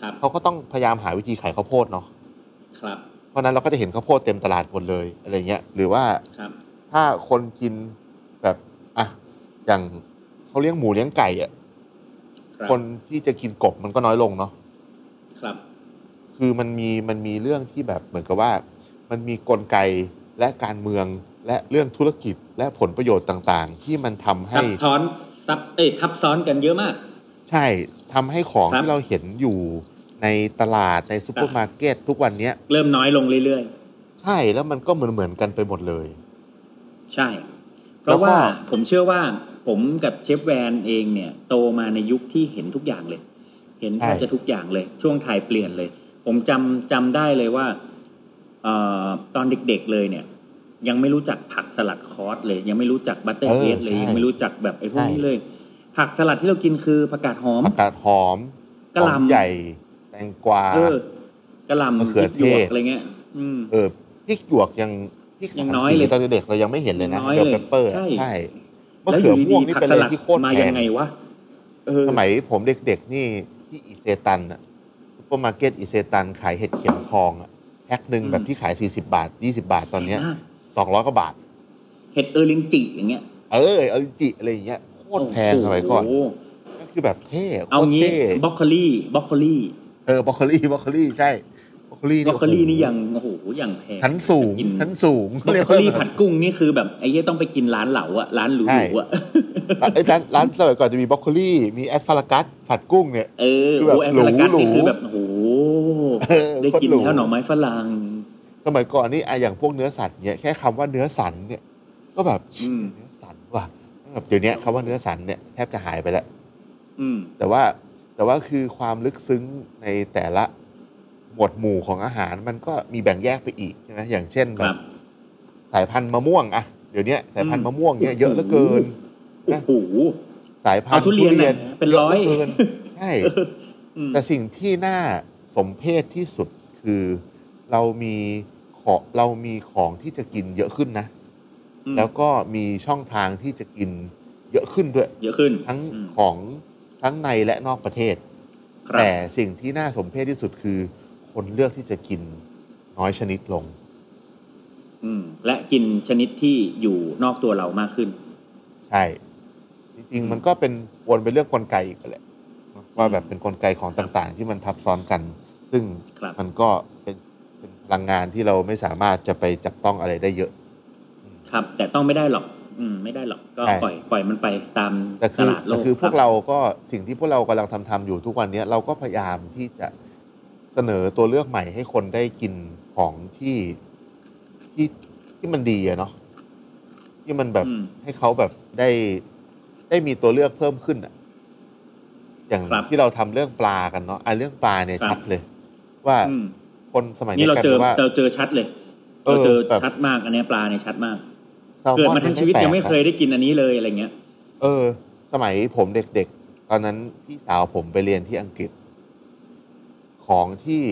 S3: ครับ
S2: เขาก็ต้องพยายามหาวิธีขายข้าวโพดเนาะ
S3: ครับ
S2: เพราะฉะนั้นเราก็จะเห็นข้าวโพดเต็มตลาดหมดเลยอะไรเงี้ยหรือว่า
S3: ครับ
S2: ถ้าคนกินแบบอ่ะอย่างเขาเลี้ยงหมูเลี้ยงไก่อ่ะ
S3: ครับ
S2: คนที่จะกินกบมันก็น้อยลงเนาะ
S3: ครับ
S2: คือมันมีมันมีเรื่องที่แบบเหมือนกับว่า มันมีกลไกและการเมืองและเรื่องธุรกิจและผลประโยชน์ต่างๆ ที่มัน
S3: ซั
S2: ทำให้
S3: บซ้อนซับเอ้ยทับซ้อนกันเยอะมาก
S2: ใช่ทำให้ของ
S3: ครับ
S2: ที่เราเห็นอยู่ในตลาดในซูเปอ
S3: ครับ
S2: ร์มาร์เก็ตทุกวันเนี้ย
S3: เริ่มน้อยลงเรื่อย
S2: ใช่แล้วมันก็เหมือนเหมือนๆกันไปหมดเลย
S3: ๆ ใช่ เพราะว่า
S2: แล้วก็
S3: ผมเชื่อว่าผมกับเชฟแวนเองเนี่ย โตมาในยุคที่เห็นทุกอย่างเลย เห็นแทบจะทุกอย่างเลย ช่วงถ่ายเปลี่ยนเลย ผมจำจำได้เลยว่าเอ่อตอนเด็กๆเลยเนี่ย ยังไม่รู้จักผักสลัดคอสเลย ยังไม่รู้จักบัตเตอร์เฮดเลย
S2: เออใช่
S3: ยังไม่รู้จักแบบไอ้พวกนี้
S2: ใช่
S3: เลย ผักสลัดที่เรากินคือผักกาดหอม
S2: อากาศหอม
S3: กะหล่ำ
S2: หอมใหญ่แตงกวา
S3: เออกระห
S2: มะ
S3: ลำพ
S2: เขื
S3: ริ
S2: อก เทศ
S3: หยวกอะไรเงี้ย อืม
S2: เออพริกหยวกยังพริกสา
S3: ยัง
S2: ม
S3: น้อย
S2: สี
S3: เลย
S2: ตอนเด็กๆเรายังไม่เห็นเลยนะ
S3: ยังน้อย
S2: เดล
S3: เลย
S2: เปปเปอร์อะ
S3: ใช่
S2: ใช่มะ
S3: แล้วอ
S2: เขื
S3: ยู่
S2: อม่วง
S3: ดี
S2: นี่
S3: ๆผัก
S2: เป็น
S3: ส
S2: อะไร
S3: ลัด
S2: ที่โคตร
S3: มา
S2: แพ
S3: ยัง งไงวะเออ
S2: สมัยผมเด็กๆนี่ที่อิเซตันอะซุปเปอร์มาร์เก็ตอิเซตันขายเห็ดเข็มทองอะแพ็คหนึ่ง
S3: อืม
S2: แบบที่ขาย 40 บาท 20 บาทตอนเนี้ย
S3: แพงมาก
S2: 200กว่าบาท
S3: เห็ดเออร์ลิงจิอย่างเงี้ย
S2: เออเอาจริงจิอะไรอย่างเงี้ยโคตรแพง
S3: โโห
S2: สมัยก่อนก็คือแบบเท่โค
S3: เอา
S2: ตร
S3: งี้
S2: เท่
S3: บล็อกโคลี่บล็อกโคลี่
S2: เออบรอกโคลีบรอกโคลีใช่บรอกโคลี
S3: บล็อกโคลี่นี่ยังโอ้โหยังแพง
S2: ชั้นสูง
S3: กิน
S2: ชั้นสูง
S3: บล็อก
S2: เรีย
S3: โค
S2: ว่า
S3: ลี่ผัดกุ้งนี่คือแบบไอ้เหี้ยต้องไปกินร้านเหลาอะร้านหรู
S2: ใช่
S3: ๆอะ
S2: ร้านเอ้ยร้านร้านสมัยก่อนจะมีบรอกโคลีมีแอสพารากัสผัดกุ้งเนี่ย
S3: เออ
S2: คือแบบ
S3: โอ้แอนพารากัส
S2: หรูๆ
S3: นี่คือแบบโอ้โห
S2: เออ
S3: ได้กิน
S2: โคตรหรู
S3: แค่หน่อไม้ฝรั่ง
S2: สมัยก่อนนี่อะอย่างพวกเนื้อสันเนี่ยแค่คำว่าเนื้อสันเนี่ย ก็แบบ
S3: อืม
S2: เนื้อสันว่ะแบบเดี๋ยวนี้คำว่าเนื้อสันเนี่ยแทบจะหายไปแล้ว
S3: อืม
S2: แต่ว่าแต่ว่าคือความลึกซึ้งในแต่ละหมวดหมู่ของอาหารมันก็มีแบ่งแยกไปอีกใช่ไหมอย่างเช่น
S3: ค
S2: แบ
S3: รั
S2: บบ สายพันธุ์มะม่วงอะเดี๋ยวนี้สายพันธุ์มะม่วงเนี่ยเยอะเหลือเกิน
S3: โอ้
S2: นะ
S3: โห
S2: สายพันธุ์
S3: เอาทุเรียนอะเป็นร้อย
S2: เะ เหลืเกินใช่
S3: อืม
S2: แต่สิ่งที่น่าสมเพชที่สุดคือเรามีของเรามีของที่จะกินเยอะขึ้นนะ
S3: อืม
S2: แล้วก็มีช่องทางที่จะกินเยอะขึ้นด้วย
S3: เยอะขึ้น
S2: ทั้ง
S3: อืม
S2: ของทั้งในและนอกประเทศ
S3: ครับ
S2: แต่สิ่งที่น่าสมเพชที่สุดคือ คนเลือกที่จะกินน้อยชนิดลง
S3: อืมและกินชนิดที่อยู่นอกตัวเรามากขึ้น
S2: ใช่ จริงๆ มันก็เป็นวนไปเรื่องกลไกอีกแหละเนอะว่าแบบเป็นกลไกของต่างๆ ที่มันทับซ้อนกัน ซึ่ง
S3: ครับ
S2: มันก็เป็นเป็นพลังงานที่เราไม่สามารถจะไปจับต้องอะไรได้เยอะ
S3: ครับ แต่ต้องไม่ได้หรอก อืม ไม่ได้หรอกก็
S2: ใช่
S3: ปล่อยปล่อยมันไปตาม
S2: แต่
S3: ต
S2: คือ
S3: ลาดโล
S2: แต่
S3: ก
S2: คือพวก
S3: บ
S2: เราก็สิ่งที่พวกเรากำลังทำทำอยู่ทุกวันเนี้ยเราก็พยายามที่จะเสนอตัวเลือกใหม่ให้คนได้กินของที่ที่ที่มันดีอะเนาะที่มันแบบ
S3: อืม
S2: ให้เขาแบบได้ได้มีตัวเลือกเพิ่มขึ้นอะอย่าง
S3: ครับ
S2: ที่เราทำเรื่องปลากันเนาะอ่ะเรื่องปลาเนี่ย
S3: ครับ
S2: ชัดเลย ว่า
S3: อืม
S2: คนสมัย
S3: นี่
S2: นี้
S3: เรา
S2: กลาย
S3: เจอ
S2: เป็นว่า
S3: เราเจอชัดเลย เราเจอ
S2: แบบ
S3: ชัดมากอันเนี้ยปลาเนี่ยชัดมาก
S2: แซล
S3: เกิด
S2: มอน
S3: มาทั้งชีวิต
S2: แปลก
S3: ยังไม่
S2: นะ
S3: เคยได้กินอันนี้เลยอะไรเงี้ย
S2: เออ สมัยผมเด็กๆ ตอนนั้นพี่สาวผมไปเรียนที่อังกฤษ ของที่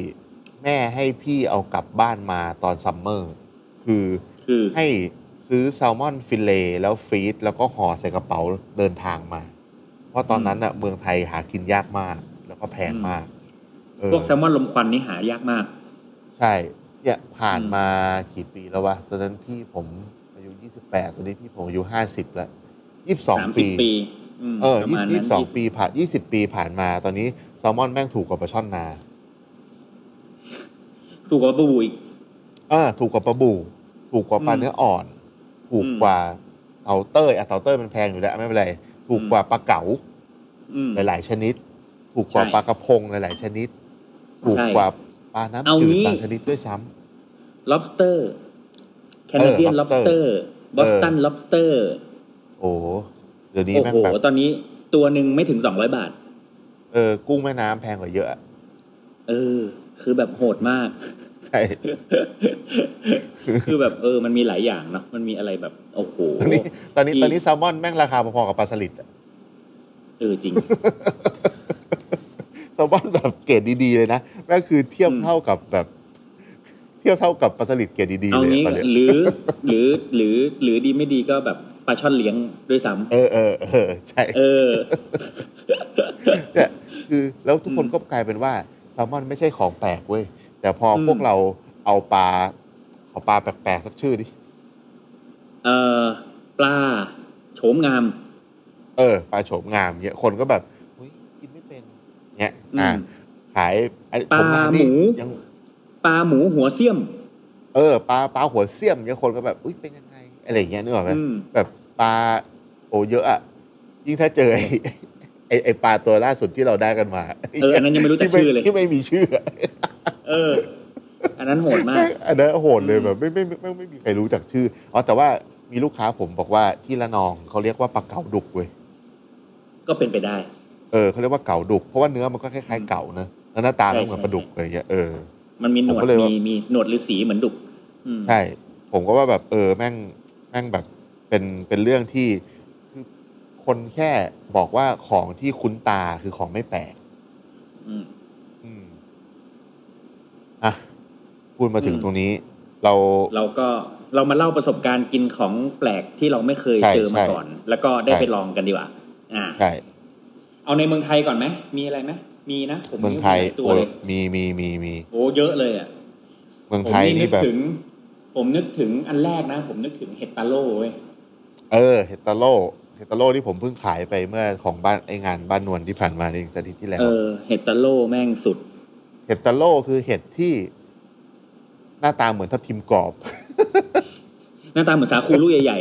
S2: แม่ให้พี่เอากลับบ้านมาตอนซัมเมอร์ คือ
S3: คือ
S2: ให้ซื้อแซลมอนฟิลเลต์แล้วฟรีดแล้วก็ห่อใส่กระเป๋าเดินทางมา เพราะตอนนั้นอะเมืองไทยหากินยากมาก แล้วก็แพงมากเออ
S3: พวกแซลมอนลมควันนี่หายากมาก
S2: ใช่ เนี่ยผ่านมากี่ปีแล้ววะ ตอนนั้นพี่ผมอายุ ยุยี่สิบแปดตอนนี้พี่ผมอายุห้าสิบละยี่สิบสอง
S3: สามสิ
S2: ปี
S3: บปีม
S2: เออ
S3: ประ
S2: ยี่
S3: มาณ
S2: ยี่
S3: นั้น
S2: สิบสองปีผ่านยี่สิบปีผ่านมา ตอนนี้แซลมอนแม่งถูกกว่าปลาช่อนนา
S3: ถูกกว่าบูอีก
S2: เออถูกกว่าปลาบู ถูกกว่าปลา
S3: อืม
S2: เนื้ออ่อน ถูกกว่าเต่าเต้ยอ่ะเต่าเต้ยมันแพงอยู่แล้วไม่เป็นไร ถูกกว่าปลาเก๋า
S3: อืม
S2: หลาย ๆ ชนิด ถูกกว่า
S3: ใช่
S2: ปลากระพงหลาย ๆ ชนิด ถูกกว่าปลาน้ำ
S3: เอา
S2: จืด
S3: งี้
S2: บางชนิดด้วยซ้ำ
S3: lobster Canadian
S2: เออ lobster
S3: lobster Boston lobster
S2: โอ้โหเดี๋ยวนี้
S3: โอ้
S2: แม่ง
S3: โห
S2: แบบ
S3: ตอนนี้ตัวหนึ่งไม่ถึงสองร้อยบาท
S2: เออกุ้งแม่น้ำแพงกว่าเยอะอะ
S3: เออ คือแบบโหดมาก
S2: ใช่
S3: คือแบบเออ มันมีหลายอย่างเนาะ มันมีอะไรแบบโอ้โห
S2: ตอนนี้ตอนนี้
S3: อีก
S2: ตอนนี้แซลมอนแม่งราคาพอๆกับปลาสลิดอะ
S3: เออจ ริง
S2: แซลมอนแบบเกรดดีๆเลยนะแม่งคือเทียบ
S3: อืม
S2: เท่ากับแบบ เทียบเท่ากับปลาสลิดเกรดดีๆ
S3: เอา
S2: เลย
S3: งี้
S2: ตอนเนี้ย
S3: หรือหรือหรือหรือดีไม่ดีก็แบบปลาช่อนเลี้ยงด้วยซ้
S2: เออเออเออใช่
S3: ำเออ
S2: เนี่ยคือแล้วทุกคน
S3: อืม
S2: ก็กลายเป็นว่าแซลมอนไม่ใช่ของแปลกเว้ย แต่พออ
S3: ม
S2: พวกเราเอาปลาขอปลาแปลกๆสักชื่อดิ
S3: เออปลาโฉมงาม
S2: เออปลาโฉมงามเนี่ยคนก็แบบเฮ้ยกินไม่เป็นเนี่ยอ่า
S3: อืม
S2: ขายไอ้
S3: ปลา
S2: โฉมงามนี่
S3: หมู
S2: ยัง
S3: ปลาหมูหัวเสี้ยม
S2: เออปลาปลาหัวเสี้ยมเนี่ยคนก็แบบอุ้ยเป็นยังไงอะไรอย่างเงี้ยนึกออกไหม
S3: อืม
S2: แบบปลาโอเยอะอะยิ่งถ้าเจอไอ้ไอ้ ไอ้ปลาตัวล่าสุดที่เราได้กันมา
S3: เอ ออันนั้นยังไม่รู้จัก
S2: ที่ไม่
S3: ชื่อเลย
S2: ที่ไม่มีชื่ออะ
S3: เออ อันนั้นโหดมาก
S2: อันนั้นโหดเลย
S3: อืม
S2: แบบไม่ไม่ไมไม่ไม่มีใครรู้จักชื่ออ๋อแต่ว่ามีลูกค้าผมบอกว่าที่ละนองเขาเรียกว่าปลาเก๋าดุกเว้ย
S3: ก็เป็นไปได้
S2: เออเขาเรียกว่าเก๋าดุกเพราะว่าเนื้อมันก็คล้ายๆเก๋านะแล้วหน้าตา
S3: ใช่
S2: มันเหมือนปลาดุก
S3: ใช่
S2: อะไรอย่างเงี้ยเออ
S3: มันมีหนว
S2: ผม
S3: ด
S2: ก็เลยว่ามี
S3: มีมีหนวดฤาษีเหมือนดุกอืม
S2: ใช่ ผมก็ว่าแบบเออแม่งแม่งแบบเป็นเป็นเรื่องที่คือคนแค่บอกว่าของที่คุ้นตาคือของไม่แปลก
S3: อืม
S2: อืมอ่ะพูดมาถึง
S3: อืม
S2: ตรงนี้ เรา
S3: เราก็เรามาเล่าประสบการณ์กินของแปลกที่เราไม่เคย
S2: ใช่
S3: เจอมา
S2: ใช่
S3: ก่อน แล้วก็ได้
S2: ใช่
S3: ไปลองกันดีกว่า อ่า
S2: ใช่
S3: เอาในเมืองไทยก่อนไหม มีอะไรไหมมีนะผม
S2: เมืองไทย
S3: หลาตัว
S2: โอ้ย
S3: เลย
S2: มีมีมีมี
S3: โอ้เยอะเลยอ่ะ
S2: เมือง
S3: ผม
S2: ไทย
S3: นึ
S2: นี่
S3: ก
S2: แบบ
S3: ถึง ผมนึกถึงอันแรกนะ ผมนึกถึงเห็ดตาโล่เว้ย
S2: เออเฮตาโลเฮตาโลที่ผมเพิ่งขายไปเมื่อของบ้านไองานบ้านนวลที่ผ่านมาในอาทิตย์ที่แล้ว
S3: เออเห็ดตาโล่แม่งสุด
S2: เฮตาโลคือเห็ดที่ หน้าตาเหมือนทับทิมกรอบ
S3: หน้าตาเหมือนสาคูลูกใหญ่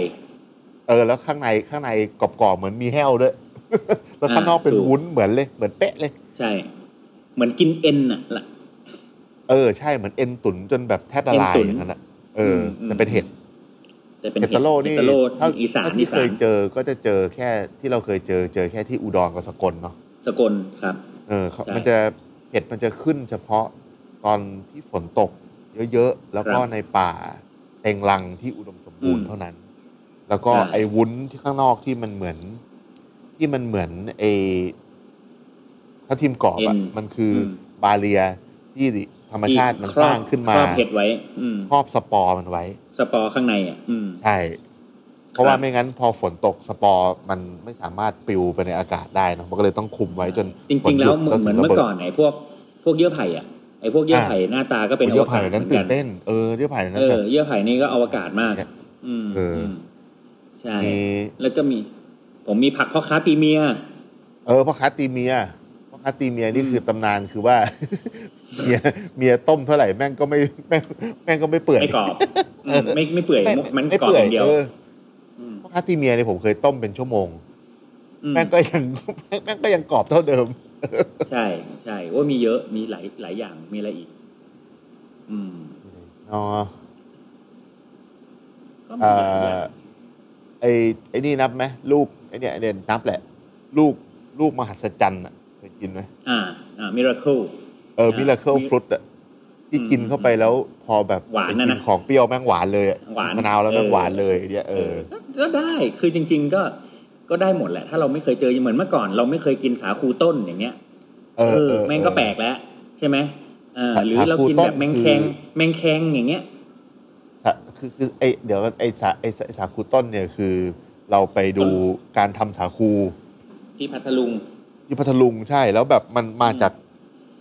S2: เออ แล้วข้างในข้างในกรอบๆเหมือนมีแห้วด้วย แล้วข้างนอกเป็น
S3: อ่าถูก
S2: วุ้นเหมือนเลยเหมือนเป๊ะเลย
S3: ๆ ใช่ เหมือนกินเอ็นอ่ะละ
S2: เออใช่เหมือนเอ็นตุ๋นจนแบบแทบละลาย
S3: เอ็นตุ๋น
S2: อย่างนั้นอะเอออ
S3: ม
S2: แต่เป็นเห็ด
S3: แต่เป็น
S2: เฮ
S3: เห็ด
S2: ตาโลนี่
S3: เห็ดตาโล่
S2: ถ้า
S3: อีสาน
S2: ถ้า
S3: อี
S2: ที่
S3: สา
S2: เคย
S3: น
S2: เจอก็จะเจอแค่ที่เราเคยเจอเจอแค่ที่อุดรกับสกลเนาะ
S3: สกลครับ
S2: เออเขา
S3: ใช่
S2: มันจะเห็ดมันจะขึ้นเฉพาะตอนที่ฝนตก เยอะๆ แล้วก็
S3: ครับ
S2: ในป่าเต็งลังที่อุดมสมบูร
S3: อื
S2: ณ์
S3: ม
S2: เท่านั้น แล้วก็
S3: ใช่
S2: ไอ้วุ้นที่ข้างนอกที่มันเหมือน ที่มันเหมือนไอ้ถ้าทีมกรอบ
S3: เอ็
S2: อะ
S3: น
S2: มันคืออ
S3: ม
S2: บาเรียที่ธรรมชาติมัน
S3: คอบ
S2: สร้างขึ้นมา
S3: ครอบเห็ดไว้ อืม
S2: ครอบสปอร์มันไว้
S3: สปอร์ข้างในอ่ะ อืม
S2: ใช่ เพราะ
S3: ค
S2: ว่า
S3: รับ
S2: ไม่งั้นพอฝนตกสปอร์มันไม่สามารถปลิวไปในอากาศได้เนอะมันก็เลยต้องคุมไว้จน
S3: จ
S2: ฝ
S3: ริงๆ
S2: นห
S3: แล้
S2: ยุ
S3: ว
S2: ด
S3: เหมือนเหมือน
S2: ถึงระ
S3: เมื่
S2: บิ
S3: อ
S2: ด
S3: ก่อนไอ้พวกพวกเยื่อไผ่อ่ะไอ้พวกเยื่อไผ่หน้าตาก็เป็น
S2: โอ้ยเยื่อไผ่
S3: วกาศ
S2: นั้น
S3: หมื
S2: ตื่
S3: กั
S2: นเต้น เออเยื่อไผ่นั้
S3: เอน
S2: แบ
S3: อบ เยื่อไผ่นี่ก็อวกาศมาก อืม
S2: เอออื
S3: มใช่
S2: มี
S3: แล้วก็มี ผมมีผักพ่อค้าตีเมีย
S2: เออพ่อค้าตีเมียพ่อค้าตีเมียนี่
S3: อืม
S2: คือตำนานคือว่า เมียเมียต้มเท่าไหร่แม่งก็ไม่แม่งแม่งก็ไม่เปื่อย
S3: ไม่กร อบอืม
S2: เออ
S3: ไม่ไม่เปื่อย
S2: แม่ง
S3: มัน
S2: ไม่
S3: กรอบ
S2: เปื่
S3: อ
S2: อย
S3: ย่างเดียว
S2: เออ
S3: ม
S2: พ่อค้าตีเมียเนี่ยผมเคยต้มเป็นชั่วโมง
S3: อืม
S2: แม่งก็ยัง แม่งแม่งก็ยังกรอบเท่าเดิม
S3: ใช่ใช่ว่ามีเยอะมีหลายหลายอย่างมีอะไรอีก อืม
S2: อ๋อ
S3: ก็มีห
S2: เอ่
S3: ลายอย่า
S2: อง ไอ้ไอ้นี่นับไหมลูกไอ้เนี่ยเด่นนับแหละ ลูกลูกมหัศจรรย์อะเคยกินไหม
S3: อ่า อ่ามิราเคิล
S2: เออมิราเคิล
S3: มี
S2: ฟรุตอะที่
S3: อืม
S2: กินเข้าไปแล้วพอแบบ
S3: หวาน
S2: ไป
S3: นะ
S2: กิ
S3: นะ
S2: ของเปรี้ยวแม่งหวานเลยอะ
S3: หวาน
S2: มะนาวแล้วแม่ง
S3: เออ
S2: หวานเลยเนี่ยเออ
S3: ก็ได้คือจริง ๆ ก็ก็ได้หมดแหละ ถ้าเราไม่เคยเจอเหมือนเมื่อก่อน เราไม่เคยกินสาคูต้นอย่างเงี้ย
S2: เออ
S3: เออ
S2: เออ
S3: แม่งก็แปลกแล้ว ใช่ไหมเออ
S2: สา
S3: หรือเรากินแบบแมงแคง
S2: สาคูต้นคือ
S3: แมงแคงอย่างเงี้ย
S2: สะคือคือไอเดี๋ยวไอสาไอสาไอ้สาคูต้นเนี่ยคือ เราไปดู
S3: ต้
S2: การทำสาคู
S3: ที่พัทลุง
S2: ที่พัทลุงใช่แล้วแบบมันมา
S3: อืม
S2: จาก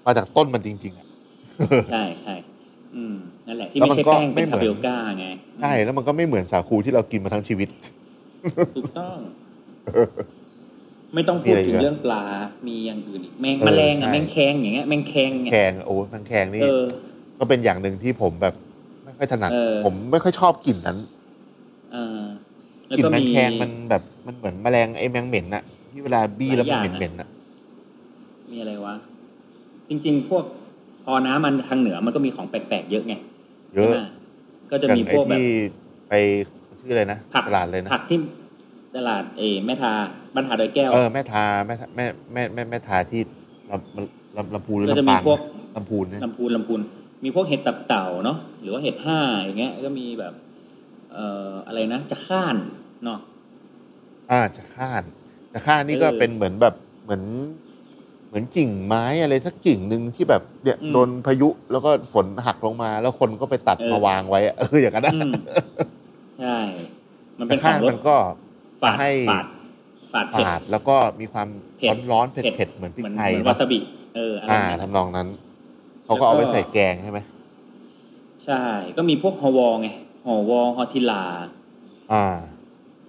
S2: มาจากต้นมันจริง ๆอะ
S3: ใช่ใช่ อืมนั่นแหละที่
S2: แล้ว
S3: ไม่
S2: มัน
S3: ใช่
S2: ก็
S3: แป้ง
S2: ไม่
S3: เป็นคา
S2: เหมือน
S3: เปรียวก้าไง
S2: ใช่แล้วมันก็ไม่เหมือนสาคูที่เรากินมาทั้งชีวิต
S3: ถูกต้อง ไม่ต้องพูดถึงเรื่องปลา มีอย่างอื่นอีกแมงแมลง
S2: เออใช่
S3: อ่ะแมงแคงอย่างเงี้ยแมงแคงเนี่ย
S2: แขงโอ้ทั้งแขงนี่
S3: เออ
S2: ก็เป็นอย่างหนึ่งที่ผมแบบไม่ค่อยถนัด
S3: เออ
S2: ผมไม่ค่อยชอบกลิ่นนั้น
S3: เออแล้ว
S2: กลิ่น
S3: ก็
S2: แมง
S3: มี
S2: แขงมันแบบมันเหมือนแมลงไอ้แมงเหม็นน่ะ ที่เวลาบี้แล้วมันเหม็นเหม็นๆน่ะ
S3: มีอะไรวะ จริง ๆ พวกพอน้ำมันทางเหนือมันก็มีของแปลกๆเยอะไง
S2: เยอะ
S3: ใช่ไหมก็จะ
S2: อย่าง
S3: มี
S2: ไอ้
S3: พวกแบบ
S2: ที่ไปชื่ออะไรนะ
S3: ผัก
S2: ตลาดเลยนะ
S3: ผักที่ตลาดเออแม่ทาบ้านหาดอยแก้ว
S2: เออแม่ทาแม่ทาแม่แม่แม่แม่ทาที่ลำลำลำพูนหรือ
S3: ก็จะ
S2: ลำ
S3: มี
S2: ปาง
S3: พวก
S2: ลำพูนเนี่ย
S3: ลำพูนลำพูนมีพวกเห็ดตับเต่าเนาะหรือว่าเห็ดห้าอย่างเงี้ย ก็มีแบบ เอ่ออะไรนะจะข้านเนาะ
S2: อ่าจะข้านจะข้านนี่ก็
S3: เออ
S2: เป็นเหมือนแบบเหมือน เหมือนกิ่งไม้อะไรสักกิ่งหนึ่งที่แบบเนี่ย
S3: อืม
S2: โดนพายุแล้วก็ฝนหักลงมา แล้วคนก็ไปตัด
S3: เออ
S2: มาวางไว้อะ เอออย่างนั้นนะ
S3: อืมใช่ มันเป็
S2: จะ
S3: นของ
S2: ข้าน
S3: รส
S2: มันก็
S3: ฝาด
S2: ให้
S3: ฝาดฝาดเผ็ด
S2: ฝาดแล้วก็มีความ
S3: เผ็ด
S2: ร้อนๆเผ็ดๆเหมือนพริกไทย
S3: เหมือนวา
S2: ปะ
S3: ซาบิเอออะไร
S2: อ่า
S3: นั้น
S2: ทำนองนั้นเขาก็เอาไปใส่แกงใช่ไหม
S3: ใช่ ก็มีพวกฮอวอไงฮอวอฮอทิลา
S2: อ่า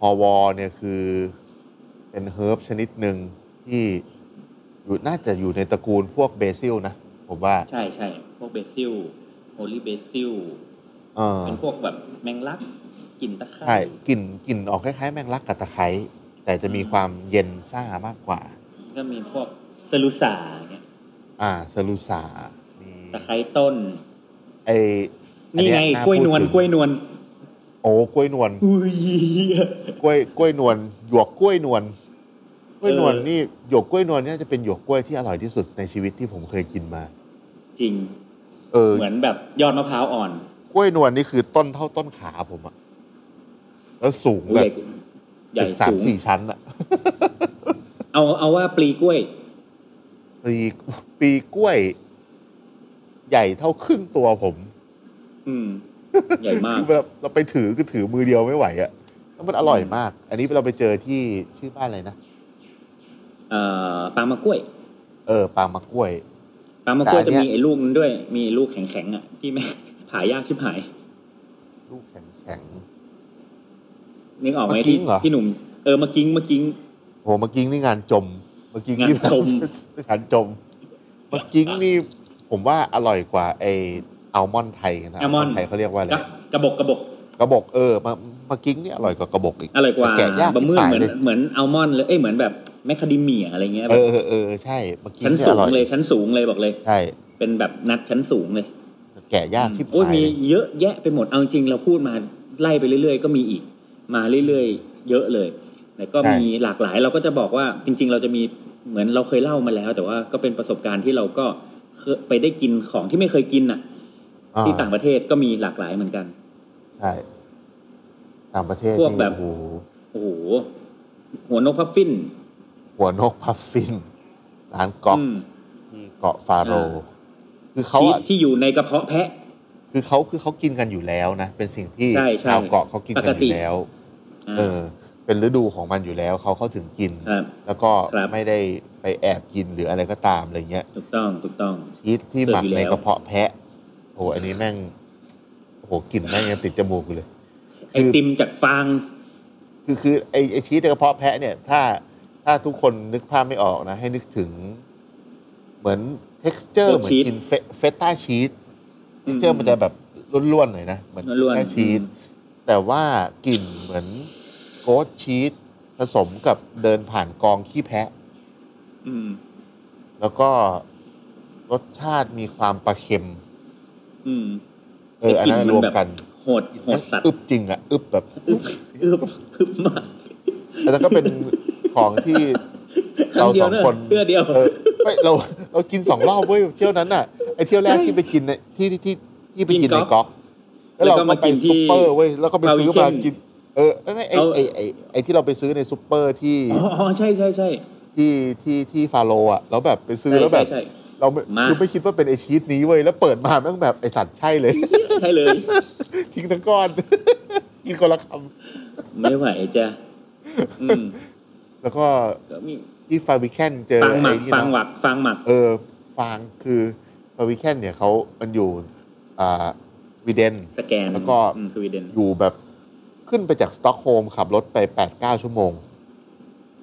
S2: ฮอวอเนี่ยคือ เป็นเฮิร์บชนิดหนึ่งที่อยู่น่าจะอยู่ในตระกูลพวกเบซิลนะผมว่า
S3: ใช่ใช่พวกเบซิลโฮลี่เบซิล
S2: เออ
S3: เป็นพวกแบบแมงลักกลิ่นตะไคร้
S2: ใช่กลิ่นกลิ่นออกคล้ายๆ แมงลักกับตะไคร้แต่จะมี
S3: อืม
S2: ความเย็นซ่ามากกว่า
S3: ก็มีพวกเซลูสาเนี่ย
S2: อ่าซาลูสามี
S3: ตะไคร้ต้น
S2: ไออั
S3: นี่ไง
S2: เยาก
S3: ล้วยนวลก
S2: พูดถึง
S3: ล้วยนวล
S2: โอ้กล้วยนวล
S3: อุ้ย
S2: กล้วยกล้วยนวลหยวกกล้วยนวลกล้วยนวล
S3: เออ
S2: นี่หยวกกล้วยนวลเนี่ยจะเป็นหยวกกล้วยที่อร่อยที่สุดในชีวิตที่ผมเคยกินมา
S3: จริง
S2: เออ
S3: เหมือนแบบยอดมะพร้าวอ่อน
S2: กล้วยนวลนี่คือต้นเท่าต้นขาผมอะแล้วสูง
S3: อุ้ย
S2: แบ
S3: ให
S2: บ
S3: ญ่ใหญ่
S2: ถึงสาม
S3: สูง
S2: สี่ชั้นอะ
S3: เอาเอาว่าปลีกล้วย
S2: ปีปีกล้วย ใหญ่เท่าครึ่งตัวผม
S3: อืม ใหญ่มาก
S2: คือเราเราไปถือคือถือมือเดียวไม่ไหวอะแล้วมันอร่อย
S3: อืม
S2: มาก อันนี้เราไปเจอที่ชื่อบ้านอะไรนะ
S3: เอ่อปลามะกล้วย
S2: เออปางมะกล้วย
S3: ปลามะกล้วย
S2: แต่อั
S3: จะ
S2: นเนี้ย
S3: มีไอ้ลูกนั้นด้วย มีลูกแข็ง ๆอ่ะที่แม่ผ่ายากชิบหาย
S2: ลูกแข็งแข็ง
S3: นึกออกไหม
S2: มะกิ้
S3: ที่
S2: งเหรอ
S3: ที่หนุ่มเออมากิ้งมากิ้ง
S2: โหเมื่อกี้นี่งานจมเมื่อกี้นี่
S3: งานจม
S2: งานจมเมื่อกี้นี่ผมว่าอร่อยกว่าไออัลมอนด์ไทยนะ
S3: Almond
S2: ไทยเขาเรียกว่าอะไร
S3: กระกระบอกกระบอก
S2: กระบอกเออมาเมื่อกี้นี่อร่อยกว่ากระบอกอีก
S3: อะไรกว่า
S2: แกะยาก
S3: บะเมื่อ
S2: ที่
S3: เหมือน
S2: ปลายเลย
S3: เหมือนอัลมอนด์เลยเอ้ยเหมือนแบบแมคคาเดเมียอะไรเงี้ย
S2: เอ
S3: แบบ
S2: อเออเออใช่เมื่อกี้
S3: ชั้น
S2: นี่
S3: สู
S2: อง ร่อย
S3: เลยชั้นสูงเลยบอกเลย
S2: ใช่
S3: เป็นแบบนัดชั้นสูงเลย
S2: แกะยากชิบ
S3: โอ้ย
S2: หาย
S3: มีเยอะแยะไปหมดเอาจริงเราพูดมาไล่ไปเรื่อย ๆ ก็มีอีก มาเรื่อยๆ เยอะเลยแล้วก็มีหลากหลายเราก็จะบอกว่าจริง ๆ เราจะมีเหมือนเราเคยเล่ามาแล้ว แต่ว่าก็เป็นประสบการณ์ที่เราก็เคยไปได้กินของที่ไม่เคยกินน่ะ
S2: อ่
S3: ที่ต่างประเทศก็มีหลากหลายเหมือนกัน
S2: ใช่ต่างประเทศ
S3: พวกแบบ
S2: นี่โอ้โห
S3: โอ้โห หัวนกพับฟิน
S2: หัวนกพัฟฟินร้านก๊อก
S3: อืม
S2: ที่เกาะฟาโรห์คือเขา
S3: ที่
S2: อะ
S3: ที่อยู่ในกระเพาะแพะ
S2: คือเขาคือเขากินกันอยู่แล้วนะ เป็นสิ่งที่
S3: ใช่ใช่
S2: ชาวเกาะเขากินกัน
S3: ปก
S2: อ
S3: ติ
S2: ยู่แล้ว
S3: อ่า
S2: เออ เป็นฤดูของมันอยู่แล้วเขาเข้าถึงกิน
S3: ครับ
S2: แล้วก็
S3: ครับ
S2: ไม่ได้ไปแอบกินหรืออะไรก็ตามอะไรเงี้ย
S3: ถูกต้องถูกต้อง
S2: ชีสที่หมัก
S3: เสิร์ฟอยู่
S2: ใน
S3: แล้ว
S2: กระเพาะแพะ โอ้โหอันนี้แม่งโอ้โหกลิ่นแม่งยังติดจมูกอยู่เลย
S3: ไอติมจากฟาง
S2: คือคือไอไอชีสในกระเพาะแพะเนี่ย ถ้าถ้าทุกคนนึกภาพไม่ออกนะ ให้นึกถึง เหมือน t e x t อร์เหมือนกินเฟต้าชีส t e x t อร์มันจะแบบล้วนๆหน่อยนะเหมือน
S3: ล้วน
S2: เฟต้า
S3: ๆ
S2: ชีส
S3: อืม
S2: แต่ว่ากลิ่นเหมือนโกดชีสผสมกับเดินผ่านกองขี้แพะ
S3: อืม
S2: แล้วก็รสชาติมีความปลาเค็ม
S3: อืม
S2: เออ อันนั้น
S3: ไอ้กลิ่นมัน
S2: รวมกัน
S3: โหดโหดสัตว์
S2: อึบจริงอะอึบแบบ
S3: อึบอึบอึบมาก
S2: แล้วก็เป็นของที่
S3: ครั้
S2: เรา
S3: งเดี
S2: ส
S3: ยว
S2: อง
S3: นะ
S2: คน
S3: เพื่อเดียว
S2: เออไม่เราเรากินสองรอบเว้ยเที่ยวนั้นน่ะไอเที่ยวแรกที่ไปกินในที่ที่ที่ที่ไปกิน
S3: กิ
S2: ใน
S3: นก๊
S2: ก๊
S3: อ
S2: อก ก
S3: แล้วก็มากินที่
S2: ซุปเปอร์เว้ยแล้วก็ไปซื้อมา
S3: Barbecue
S2: กิน เออไม่ไม่ไอ
S3: เอา
S2: ไอไอไอที่เราไปซื้อในซุปเปอร์ที่
S3: อ๋ออ๋อใช่ใช่ใช่
S2: ที่ที่ที่ฟาโลอ่ะแล้วแบบไปซื้อ
S3: ใช่
S2: แล้วแบ
S3: ใช่
S2: บ
S3: ใช่
S2: เราไม่
S3: มา
S2: คือไม่คิดว่าเป็นไอชีสนี้เว้ยแล้วเปิดมาแม่งแบบไอสัตว์ใช่เลย
S3: ใช่เลย
S2: ทิ้งทั้งก้อน กินคนละค
S3: ไม่ไหวจ้ะอืม
S2: ำแล้วก็
S3: ก็มี
S2: ที่ฟาวิแคนเจอ
S3: ฟางหมั
S2: ไอ้
S3: ก
S2: นี่
S3: ฟางห
S2: เนาะ
S3: มักฟางหมัก
S2: เออฟางคือฟาวิแคนเนี่ยเขามันอยู่ อ่าสวีเดน
S3: สแกน
S2: แล้วก็
S3: อืมสวีเดน
S2: อยู่แบบขึ้นไปจากสต็อกโฮล์มขับรถไปแปดเก้าชั่วโมง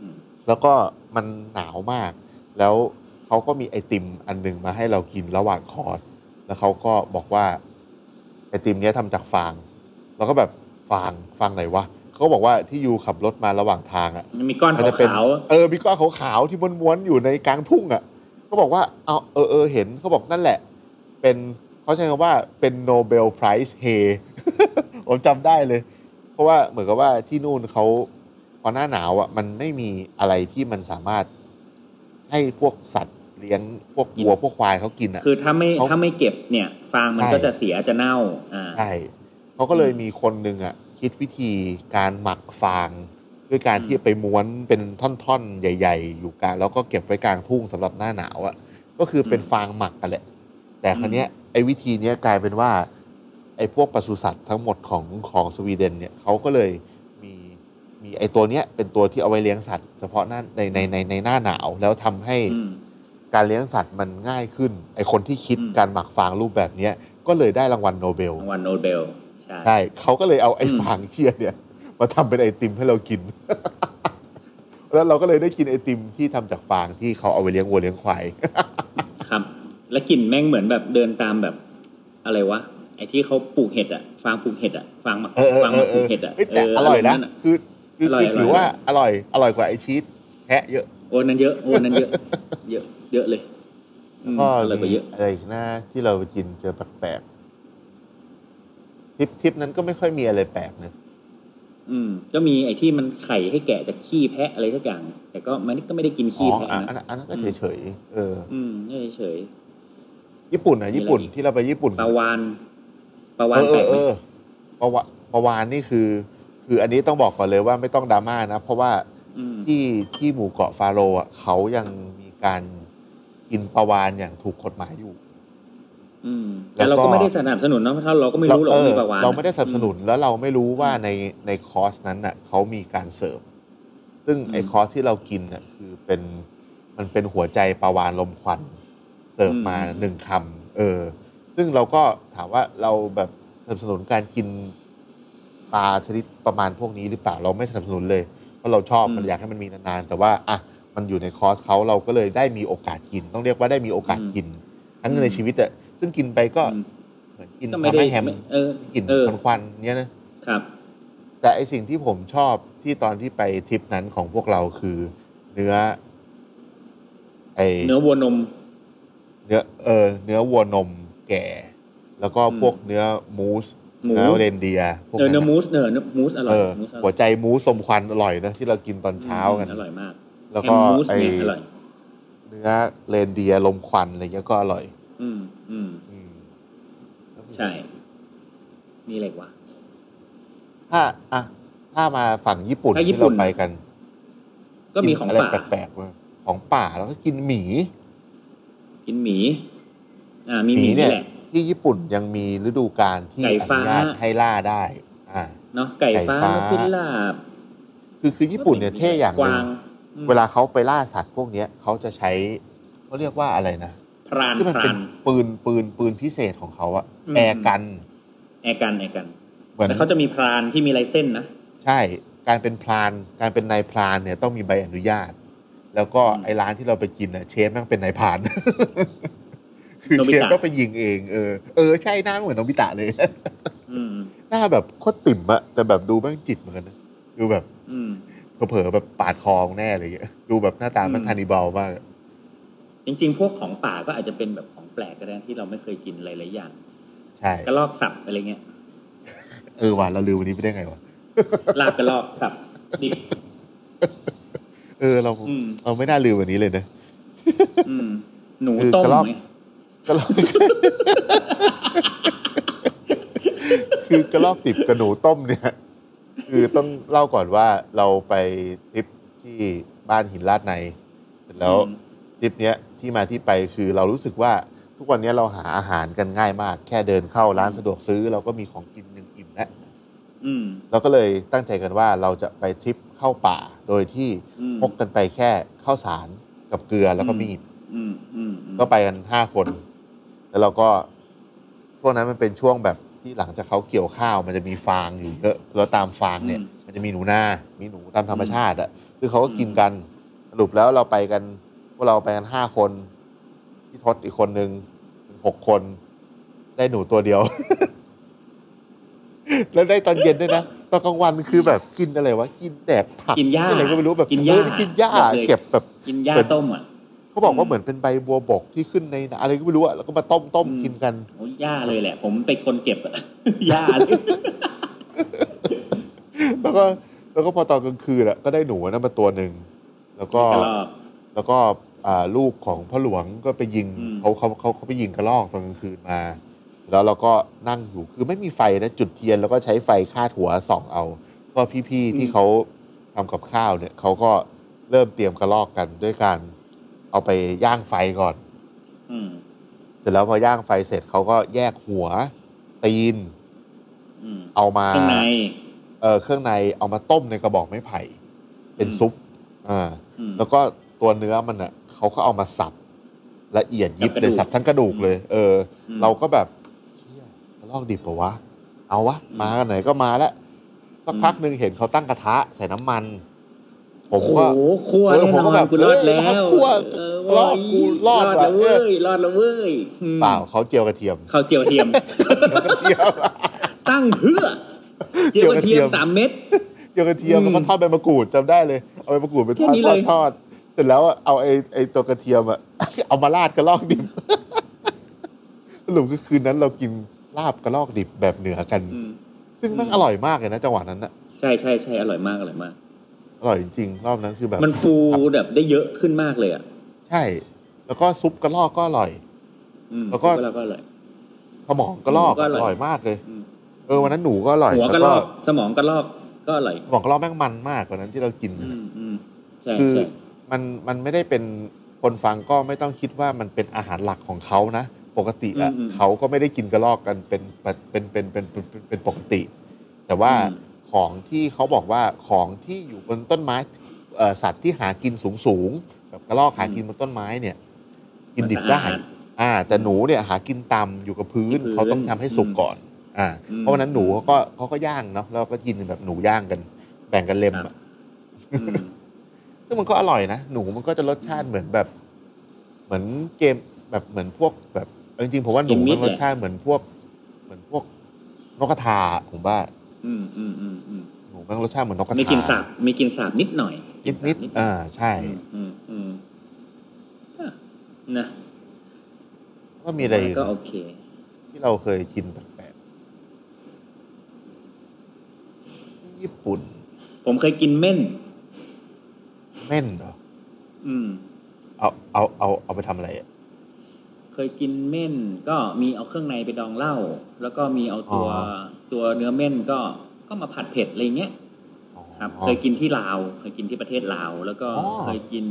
S3: อืม
S2: แล้วก็มันหนาวมาก แล้วเขาก็มีไอติมอันหนึงมาให้เรากินระหว่างคอร์ส แล้วเขาก็บอกว่าไอติมเนี้ยทำจากฟาง แล้วก็แบบฟางฟางไหนวะเขาก็บอกว่าที่ยูขับรถมาระหว่างทางอ่ะ
S3: มันมีก้อน
S2: มันจะเป็น
S3: ขาว
S2: เออมีก้อนขาวๆที่ม้วนๆอยู่ในกลางทุ่งอ่ะก็บอกว่าเอาเออเออเห็นเขาบอกนั่นแหละ เป็นเขาใช้คำว่าเป็นโนเบลไพรส์เฮ ผมจำได้เลย เพราะว่าเหมือนกับว่าที่นู่นเขาพอหน้าหนาวอ่ะมันไม่มีอะไรที่มันสามารถให้พวกสัตว์เลี้ยงพวกวัวพวกควายเขากินอ่ะ
S3: ๆคือถ้าไม่
S2: เขา
S3: ถ้าไม่เก็บเนี่ย ฟางมัน
S2: ใช่
S3: ก็จะเสียจะเน่า อ่า
S2: ใช่เขาก็เลยมีคนหนึ่งอ่ะ คิดวิธีการหมักฟาง ด้วยการ
S3: อืม
S2: ที่ไปม้วนเป็นท่อนๆ ใหญ่ ๆ อยู่กลางแล้วก็เก็บไว้กลางทุ่งสำหรับหน้าหนาวอ่ะ ก็คือเป็นฟางหมักกันแหละ แต่ครั้งนี้ยไอ้วิธีเนี้ยกลายเป็นว่า ไอ้พวกปศุสัตว์ทั้งหมดของของสวีเดนเนี่ยเขาก็เลยมีมีไอ้ตัวเนี้ยเป็นตัวที่เอาไว้เลี้ยงสัตว์ เฉพาะหน้าในในในในหน้าหนาวแล้วทำให้
S3: อืม
S2: การเลี้ยงสัตว์มันง่ายขึ้น ไอคนที่คิด
S3: อืม
S2: การหมักฟางรูปแบบเนี้ยก็เลยได้รางวัลโนเบล
S3: รางวัลโนเบล ใช่
S2: ใช่เขาก็เลยเอาไอ้
S3: อืม
S2: ฟางเชียเนี่ย มาทำเป็นไอติมให้เรากิน แล้วเราก็เลยได้กินไอติมที่ทำจากฟางที่เขาเอาไปเลี้ยงวัวเลี้ยงควาย
S3: ครับ แล้วกลิ่นแม่งเหมือนแบบเดินตามแบบ อะไรวะ ไอ้ที่เขาปลูกเห็ดอะฟางปลูกเห็ดอะฟางหมัก
S2: เออเออ
S3: ฟาง
S2: เอ
S3: หมั
S2: อก
S3: ป
S2: เอ
S3: ลูก
S2: อ
S3: เห็ดอะ
S2: เฮ้ยแต่
S3: เ
S2: อร่อยนะ
S3: ามาณ
S2: คือคือ
S3: อร่อย
S2: คือถื
S3: ร่
S2: อ
S3: อย
S2: ว่าอร่อย อร่อยกว่าไอชีสแพะเยอะ
S3: โอ้นั้นเยอะโอ้นั้นเยอะ เยอะ เยอะเลยอืม
S2: ก็
S3: อร่อยกว่าเยอะ
S2: อะไรอีกนะที่เรากินเจอแปลกๆทริปทริปนั้นก็ไม่ค่อยมีอะไรแปลกนะ
S3: อืม ก็มีไอ้ที่มันไข่ให้แกะจากขี้แพะอะไรสักอย่าง แต่ก็มันก็ไม่ได้กิน
S2: อ๋
S3: ขี้
S2: อ
S3: แพะ
S2: อ่ะอัน
S3: นะ
S2: นั้นอันนั้นก็
S3: อืม
S2: เฉยๆเออ
S3: อืมเฉย
S2: ญี่ปุ่นอ่ะ
S3: มีอะไร
S2: ญี่ปุ่น
S3: อีก
S2: ที่เราไปญี่ปุ่น
S3: ๆปลาวานปลาวา
S2: เอน อเอ
S3: แปล
S2: อก
S3: ไห
S2: เอ
S3: ม
S2: อปะวะปะวานนี่คือ คืออันนี้ต้องบอกก่อนเลยว่าไม่ต้องดราม่านะ เพราะว่า
S3: ม
S2: ที่ที่หมู่เกาะฟาโรอ่ะเขายังมีการกินปะวานอย่างถูกกฎหมายอยู่
S3: อืมแต่เราก็
S2: แล้วก็
S3: ไม่ได้สนับสนุนเนาะถ้าเราก็ไม่รู้หรอก
S2: เอ
S3: ว่า
S2: อ
S3: มีปลาวาน
S2: เราไม่ได้สนับสนุน
S3: อื
S2: แล้วเราไม่รู้ว่าในในคอร์สนั้นน่ะเขามีการเสิร์ฟซึ่งไอ
S3: อืม
S2: คอร์สที่เรากินน่ะคือเป็นมันเป็นหัวใจปลาวานลมควันเสิร์ฟมา
S3: อืม
S2: หนึ่งคำเออ ซึ่งเราก็ถามว่าเราแบบสนับสนุนการกินปลาชนิดประมาณพวกนี้หรือเปล่าเราไม่สนับสนุนเลยเพราะเราชอบมันอยากให้มันมีนานๆแต่ว่าอ่ะมันอยู่ในคอร์สเขาเราก็เลยได้มีโอกาสกิน ต้องเรียกว่าได้มีโอกาสกินครั้งหนึ่งในชีวิตอะซึ่งกินไปก็
S3: อืม
S2: เหมือนกิน
S3: ก็
S2: ทำ
S3: ไม่ได้
S2: ให้แฮม
S3: ไม่เออก
S2: ลิ่น
S3: เออ
S2: ควันๆเนี้ยนะครับ แต่ไอสิ่งที่ผมชอบที่ตอนที่ไปทริปนั้นของพวกเราคือ เนื้อ ไอ
S3: เนื้อวัวนม
S2: เนื้อเออเนื้อวัวนมแก่ แล้วก็
S3: อืม
S2: พวกเนื้อมูส
S3: หมู
S2: เนื้อเรนเดียร์พวก
S3: เนื้อเนื้อ
S2: นั้น
S3: มู
S2: นะ
S3: สเนื้อเนื้อมูสอร่อ
S2: เอย อ
S3: มูสอร่
S2: หั
S3: อ
S2: วย ใจมูสสมควันอร่อยนะที่เรากินตอนเช้ากัน
S3: อืมอร่อยมาก
S2: แล้วก็
S3: ฮมมูส
S2: ไอ
S3: เนี่ยอร่อย
S2: เนื้อเรนเดียร์ลมควันอะไรเงี้ยก็อร่อย
S3: อืมอืม
S2: อืมแล้วมี
S3: ใช่มีอะไรอีกวะ
S2: ถ้าอ่ะถ้ามาฝั่งญี่ปุ่น
S3: ถ้าญี่
S2: ที่
S3: ปุ่
S2: เรา
S3: น
S2: ไปกัน
S3: ก็มีของ
S2: นอะไร
S3: ป่า
S2: แปลกๆมาของป่าแล้วก็กินหมี
S3: กินหมี อ่า มี
S2: ห
S3: ห
S2: มี
S3: มีนี่
S2: เนี่ย
S3: แหละ
S2: ที่ญี่ปุ่นยังมีฤดูกาลที่
S3: ไก่
S2: อ
S3: ฟ้า
S2: นุญาตให้ล่าได้ อ่า
S3: เนาะไก่ฟ้า
S2: ไก่ฟ้า
S3: นกพิราบ
S2: คือคือญี่ปุ่นเนี่ยเท่อย่าง
S3: ก
S2: หนึ่
S3: วาง งอืม
S2: เวลาเขาไปล่าสัตว์พวกเนี้ยเขาจะใช้เขาเรียกว่าอะไรนะ
S3: พราน
S2: ที่มัน
S3: พ
S2: เป็
S3: ราน น
S2: ปืนปืนปืนพิเศษของเขาอะ
S3: อืม
S2: แอร์กัน
S3: แอร์กันแอร์กัน
S2: เหมือน
S3: แล้วเขาจะมีพรานที่มีลายเส้นนะ
S2: ใช่ การเป็นพรานการเป็นนายพรานเนี่ยต้องมีใบอนุญาต แล้วก็
S3: อืม
S2: ไอ้ร้านที่เราไปกินอะเชฟแม่งเป็นนายพราน คือ
S3: โนบิ
S2: เช
S3: ตะ
S2: ฟก็ไปยิงเองเออเออใช่หน้าเหมือนน้องพิตะเลย
S3: อืม
S2: หน้าแบบโคตรติ่มอะแต่แบบดูแม่งจิตเหมือนกันนะดูแบบ
S3: อืม
S2: เผลอๆแบบปาดคอมึงแน่เลยอะดูแบบหน้าตาแมัน
S3: อืม
S2: คานิบาลมากอะ
S3: จริง ๆ พวกของป่าก็อาจจะเป็นแบบของแปลกก็ได้ที่เราไม่เคยกินหลายๆอย่าง
S2: ใช่
S3: กระลอกสับอะไรเงี้ย
S2: เออว่ะเราลืมวันนี้ไปได้ไงวะ
S3: ลาบกระลอกสับดิบ
S2: เออเรา
S3: อืม
S2: เราไม่น่าลืมวันนี้เลยนะ
S3: อืม หนูต้ม
S2: คือกระลอก
S3: ไง
S2: กระลอก คือกระลอกติบกระหนูต้มเนี่ย คือต้องเล่าก่อนว่าเราไปทริปที่บ้านหินลาดในเสร็จแล้ว
S3: อืม
S2: ทริปเนี้ยที่มาที่ไปคือเรารู้สึกว่าทุกวันเนี้ยเราหาอาหารกันง่ายมาก แค่เดินเข้าร้านสะดวกซื้อ เราก็มีของกินหนึ่งอิ่มแล้ว
S3: อืม
S2: เราก็เลยตั้งใจกันว่าเราจะไปทริปเข้าป่า โดยที่
S3: อืม
S2: พกกันไปแค่ข้าวสารกับเกลือแล้วก็มีด
S3: อืมอืมอืม
S2: ก็ไปกันห้าคน แล้วเราก็โช วงนั้นมันเป็นช่วงแบบที่หลังจากเขาเกี่ยวข้าวมันจะมีฟางอยู่เยอะแล้วตามฟางเนี่ย
S3: อืม
S2: มันจะมีหนูนามีหนูตามธรรมชาติอะคือเขาก็กินกันสรุปแล้วเราไปกันพวกเราไปกันห้าคนพี่ทศอีกคนนึงเป็นหกคน ได้หนูตัวเดียว แล้วได้ตอนเย็นด้วยนะตอนกลางวันคือแบบกินอะไรวะกินแดกผัก
S3: กินหญ้า
S2: อะไรก็ไม่รู้แบบ
S3: กินหญ้า
S2: เออกินหญ้า
S3: แบบเลย
S2: เก็บแบบ
S3: กินหญ้า
S2: เป็น
S3: ต้มอ่ะ
S2: เขาบอก
S3: อื
S2: ว่าม เหมือนเป็นใบบัวบกที่ขึ้นในหนังอะไรก็ไม่รู้อะแล้วก็มาต้มต้ม
S3: อืม
S2: กิน กัน
S3: โอ้ยหญ้าเลยแหละ ผมเป็นคนเก็บอะ หญ้าเลย
S2: แล้วก็แล้วก็พอตอนกลางคืนอะก็ได้หนูนั่นมาตัวหนึ่งแล้วก็
S3: กระรอก
S2: แล้วก็อ่าลูกของพ่อหลวงก็ไปยิง
S3: อืม
S2: เขาเขาเขาเขาไปยิงกระรอกตอนกลางคืนมา แล้วเราก็นั่งอยู่คือไม่มีไฟนะจุดเทียนแล้วก็ใช้ไฟคาดหัวส่องเอา ก็พี่ๆที่เขาทำกับข้าวเนี่ยเขาก็เริ่มเตรียมกระรอกกันด้วยการเอาไปย่างไฟก่อน
S3: อืม
S2: เสร็จแล้วพอย่างไฟเสร็จเขาก็แยกหัวตีน
S3: อืม
S2: เอามา
S3: ข้างใน
S2: เออเครื่องในเอามาต้มในกระบอกไม้ไผ่ เป็น
S3: อืม
S2: ซุปอ่า
S3: อืม
S2: แล้วก็ตัวเนื้อมันอ่ะเขาก็เอามาสับละเอียดยิบ
S3: สับกระดูก
S2: เลยสับทั้งกระดูกเลย เอออ
S3: ม
S2: เราก็แบบเชี่ยกระลอกดิบปะวะ เอาวะ
S3: อืม
S2: มากันไหนก็มาแล้วสักพัก
S3: อืม
S2: หนึ่งเห็นเขาตั้งกระทะใส่น้ำมัน ผ
S3: โอ้
S2: ม
S3: โห
S2: ก็
S3: คั่ว
S2: เออ
S3: แน่
S2: ผม
S3: น
S2: ก็
S3: อน
S2: แบบ
S3: กูรอด
S2: เอ้ย
S3: แล้
S2: เขา
S3: ว
S2: คั่ว
S3: เ
S2: รอดกูรอด
S3: แล้ว
S2: ว่ะ
S3: เว้ยรอดแล้วเว้ยอืม
S2: เปล่าเขาเจียวกระเทียม
S3: ข้าวเจียวเทียม
S2: เจียว
S3: ตั้งเพื่อ เจียวกระเทียมสามเม็ด
S2: เจียวกระเทียม
S3: อืม
S2: แล้วก็ทอดใบมะกรูดจำได้เลยเอาใบมะกรูดไปทอด
S3: แค่นี้
S2: ท
S3: เล
S2: อด
S3: ย
S2: ทอดเสร็จแล้วอะเอาไอ้ไอ้ตัวกระเทียมอ่ะ เอามาราดกระลอกดิบ สรุปก็คืนนั้นเรากินลาบกระลอกดิบแบบเหนือกัน
S3: อืม
S2: ซึ่งแมัน
S3: อืม
S2: อร่อยมากเลยนะจังหวะนั้นอะ
S3: ใช่ใช่ใช่อร่อยมากอร่อยมาก
S2: อร่อยจริงๆรอบนั้นคือแบบ
S3: มันฟูแบบได้เยอะขึ้นมากเลยอ่ะ
S2: ใช่ แล้วก็ซุปกระลอกก็อร่อย
S3: อืม
S2: แล้วก็
S3: เราก็อร่อย
S2: สมองกระลอก
S3: หมูก็อร่อย
S2: อร่อยมากเลย
S3: อืม
S2: เออวันนั้นหนูก็อร่อย
S3: หัว
S2: แล้ว
S3: กระ
S2: ก็
S3: ลอกสมองกระลอกก็อร่อย
S2: สมองกระลอกแม่งมันมากกว่านั้นที่เรากิน
S3: อืมอืมใช่
S2: คือ
S3: ใช่
S2: มันมันไม่ได้เป็นคนฟังก็ไม่ต้องคิดว่ามันเป็นอาหารหลักของเขานะ ปกติอะเขาก็ไม่ได้กินกระรอกกันเป็นเป็นเป็นเป็นเป็นเป็นเป็นปกติ แต่ว่าของที่เขาบอกว่าของที่อยู่บนต้นไม้เอ่อสัตว์ที่หากินสูงสูงๆแบบกระรอกหากินบนต้นไม้เนี่ย กินดิบได้
S3: มัสะอา
S2: อ่า แต่หนูเนี่ยหากินต่ำอยู่กับพื้น
S3: อยู่กับพื้น
S2: เขาต้องทำให้สุก
S3: อืม
S2: ก่อน อ่า
S3: อืม
S2: เพราะวันนั้นหนูเขาก็เขาก็ย่างเนาะแล้วก็กินแบบหนูย่างกัน แบ่งกันเล็ม
S3: ครั
S2: อะ
S3: บ อืม
S2: ซึ่งมันก็อร่อยนะ หนูมันก็จะรสชาติเหมือนแบบ เหมือนเกมแบบเหมือนพวกแบบเอาจริงๆผมว่าหนู
S3: กินมิ
S2: มั
S3: ตร
S2: นรสชาติเหมือนพวก เหมือนพวกนกกระทาผมว่า
S3: อืมอืมอืมอืม
S2: หนูมันรสชาติเหมือนนกกระทา
S3: มีกลินสาบมีกลินสาบนิดหน่อย
S2: นิดนิด
S3: กลิ่
S2: อ่าใช่
S3: อืมอืมอืมอ่ะนะ
S2: ก็มีอะไรอีก
S3: ก็โอเค
S2: ที่เราเคยกินแปลกๆที่ญี่ปุ่น
S3: ผมเคยกินเม่น
S2: แม่นเหรอ
S3: อืม
S2: เอาเอาเอาเอาไปทำอะไรอะ
S3: เคยกินเม่นก็มีเอาเครื่องในไปดองเหล้าแล้วก็มีเอาตัว
S2: อ๋อ
S3: ตัวเนื้อเม่นก็ก็มาผัดเผ็ดอะไรเงี้ย
S2: อ๋อ
S3: ครับ เคยกินที่ลาว เคยกินที่ประเทศลาว แล้วก็
S2: อ๋อ
S3: เคยกิน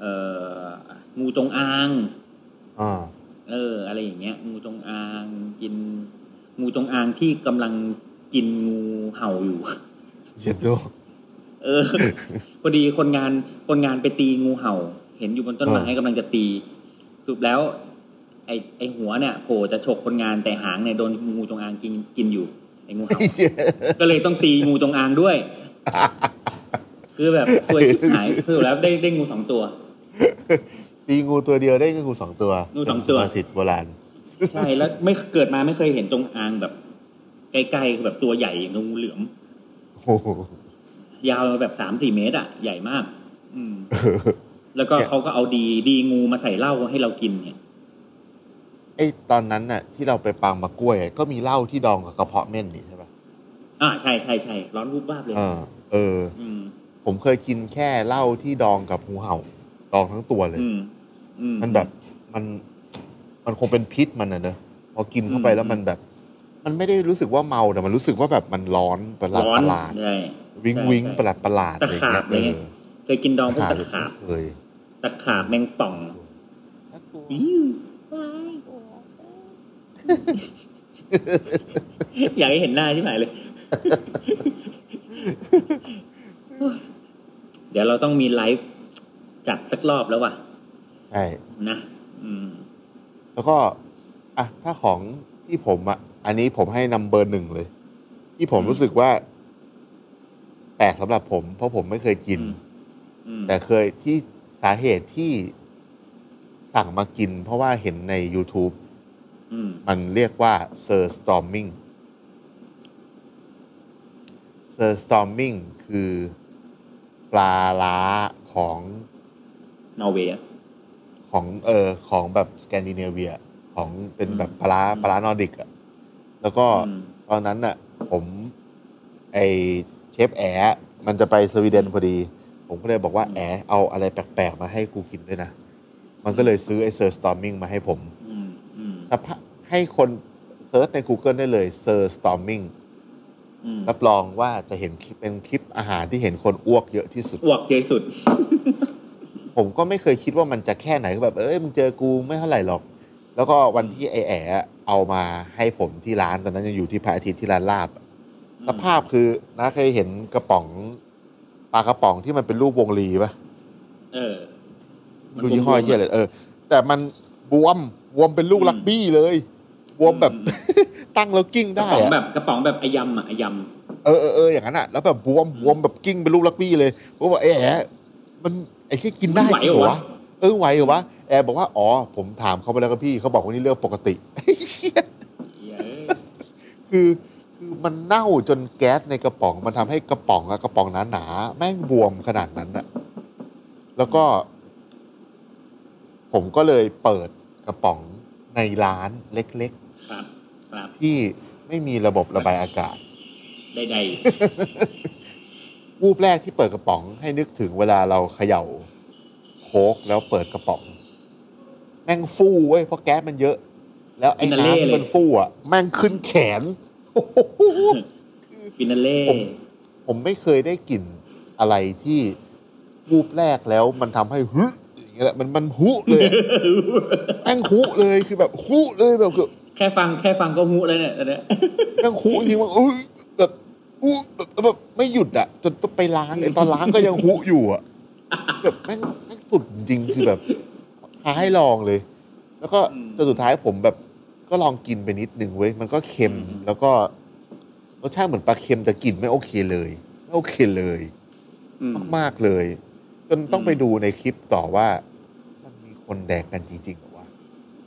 S3: เอ่องูจงอาง
S2: อ่า
S3: เออ อะไรอย่างเงี้ย งูจงอาง กิน งูจงอางที่กำลังกินงูเห่าอยู่
S2: เจ็ดดู
S3: เอ อ พอดีคนงานคนงานไปตีงูเห่า เห็นอยู่บนต้นไม้
S2: อ่าก
S3: ำลังจะตีสุดแล้ว ไอไอหัวเนี่ยโผล่จะฉกคนงานแต่หางเนี่ยโดนงูจงอางกินกินอยู่ไองูเห่า ก็เลยต้องตีงูจงอางด้วย คือแบบสวยชิบหายคือแล้วได้ได้งูสองตัว
S2: ตีงูตัวเดียวได้งูสองตัว
S3: งูสองตัว
S2: เป็นภาษิตโบราณ
S3: ใช่แล้วไม่เกิดมาไม่เคยเห็นจงอางแบบใกล้ๆคือแบบตัวใหญ่อย่างงูเหลือม
S2: โอ้โห
S3: ยาวแบบสามสี่เมตรอ่ะใหญ่มาก อืม
S2: เออ
S3: แล้วก็
S2: เนี่ย
S3: เขาก็เอาดีดีงูมาใส่เหล้าให้เรากินเนี่ย
S2: ไอ้ตอนนั้นน่ะ ที่เราไปปางมะกล้วยก็มีเหล้าที่ดองกับกระเพาะเม่นนี่ใช่ปะ
S3: อ่าใช่ใช่ใช่ร้อนวูบวาบเลย
S2: เออ เออ
S3: อืม
S2: ผมเคยกินแค่เหล้าที่ดองกับงูเห่า ดองทั้งตัวเลย
S3: อืมอืม
S2: มันแบบมันมันคงเป็นพิษมันนะเนอะพอกินเข้าไป
S3: อืม
S2: แล้วมันแบบ มันไม่ได้รู้สึกว่าเมาแต่มันรู้สึกว่าแบบมันร้อนประหลาด
S3: ร้อ
S2: ป
S3: น
S2: ระหลาด
S3: ใช่
S2: วิง
S3: ใช่
S2: วิง
S3: ใช่
S2: ประหลาดประหลาด
S3: ตะขาบ
S2: อะไร
S3: อะ
S2: เงี้
S3: ไรเงี้
S2: ย
S3: ย เคยกินดองพวกตะขาบ
S2: เออ
S3: ตะขาบแมงป่อง
S2: น่ากลัว
S3: อิ้ว อยากให้เห็นหน้าใช่ไหมเลย เดี๋ยวเราต้องมีไลฟ์จัดสักรอบแล้วว่ะ
S2: ใช่
S3: นะ อืม
S2: แล้วก็อ่ะถ้าของ ที่ผมอ่ะ อันนี้ผมให้นำเบอร์หนึ่งเลย ที่ผม
S3: อืม
S2: รู้สึกว่าแปลกสำหรับผม เพราะผมไม่เคยกิน
S3: อืม
S2: แต่เคยที่สาเหตุที่สั่งมากิน เพราะว่าเห็นใน YouTube
S3: อืม
S2: มันเรียกว่าเซอร์สตอมมิงเซอร์สตอมมิงคือปลาล้าของ
S3: นอร์เวย์อะ
S2: ของเออของแบบสแกนดิเนเวีย ของเป็นแบบปลาร้า
S3: อืม
S2: ปลาร้านอร์ดิกอะแล้วก็
S3: อืม
S2: ตอนนั้นน่ะ ผมไอเชฟแอมันจะไปสวีเดนพอดี ผมก็เลยบอกว่า
S3: อืม
S2: แอเอาอะไรแปลกๆ มาให้กูกินด้วยนะ มันก็เลยซื้อไอเซอร์สตอมมิงมาให้ผม
S3: อืมอืม
S2: สภาพให้คนเซิร์ชใน Google ได้เลยเซอร์สตอมมิง
S3: อืม
S2: รับรองว่าจะเห็นคลิปเป็นคลิปอาหารที่เห็นคนอ้วกเยอะที่สุด
S3: อวกใหญ่สุด
S2: ผมก็ไม่เคยคิดว่ามันจะแค่ไหนก็แบบ เอ้ยมึงเจอกูไม่เท่าไหร่หรอก แล้วก็วันที่ไอแอะเอามาให้ผมที่ร้านตอนนั้นยังอยู่ที่พระอาทิตย์ที่ร้านลาบ สภาพคือนะเคยเห็นกระป๋องปลากระป๋องที่มันเป็นรูปวงรีปะ
S3: เออ
S2: ดูยี่ห้อเยี่ยเลยเออ แต่มันบวมบวมเป็นลูกลักบี้เลยบวมแบบ ตั้งแล้วกิ้ง
S3: กระ
S2: ได้
S3: ป๋อง
S2: อะ
S3: แบบกระป๋องแบบอายำอะอาย
S2: เออเออเอออย่างนั้นอ่ะแล้วแบบบวมบวมแบบกิ้งเป็นลูกลักบี้เลยผมบอกเอ๋มันไอ้ที่กิน
S3: ำ
S2: ได้
S3: ไหว
S2: จริง
S3: เห
S2: เห
S3: ร
S2: ร
S3: อ
S2: อ
S3: วะ
S2: วะเออไหวเหรอวะแอร์บอกว่าอ๋อผมถามเขาไปแล้วครับพี่เขาบอกว่านี่เรื่องปกติ
S3: เหี้ย
S2: คือคือมันเน่าจนแก๊สในกระป๋อง มันทำให้กระป๋องอะกระป๋องหนาๆแม่งบวมขนาดนั้นอะแล้วก็ ผมก็เลยเปิดกระป๋องในร้านเล็ก
S3: ครับครับ
S2: ๆ ที่ไม่มีระบบระบายอากาศ
S3: ใด
S2: วูบแรกที่เปิดกระป๋องให้นึกถึงเวลาเราเขย่าโค้กแล้วเปิดกระป๋อง แม่งฟู่เว้ยเพราะแก๊สมันเยอะ แล้วไอ้น้ำที่มันฟู่อ่ะแม่งขึ้นแขน โอ้โห
S3: ๆฟินาเล่
S2: ผมผมไม่เคยได้กลิ่นอะไรที่วูบแรกแล้วมันทำให้ ฮึอย่างเงี้ยแหละมัน มันหุเลยอะแม่งหุเลยคือแบบหุเลยแบบคือ
S3: แค่ฟังแค่ฟังก็หูแล้วเนี่ยต อนเนี้ย
S2: แม่งหุจริงๆว่าเอ้ยแบบหุแบบแบบไม่หยุดอ่ะจนต้องไปล้างไอ้ตอนล้างก็ยังหุอยู่อ่ะ แบบแม่งแม่งสุดจริงคือแบบท้าให้ลองเลย แล้วก็จนสุดท้ายผมแบบก็ลองกินไปนิดนึงเว้ยมันก็เค็มแล้วก็รสชาติเหมือนปลาเค็มแต่กลิ่นไม่โอเคเลย ไม่โอเคเลย
S3: อืม
S2: มากๆเลย จนต้อง
S3: อืม
S2: ไปดูในคลิปต่อว่า มันมีคนแดกกันจริงๆเหรอวะ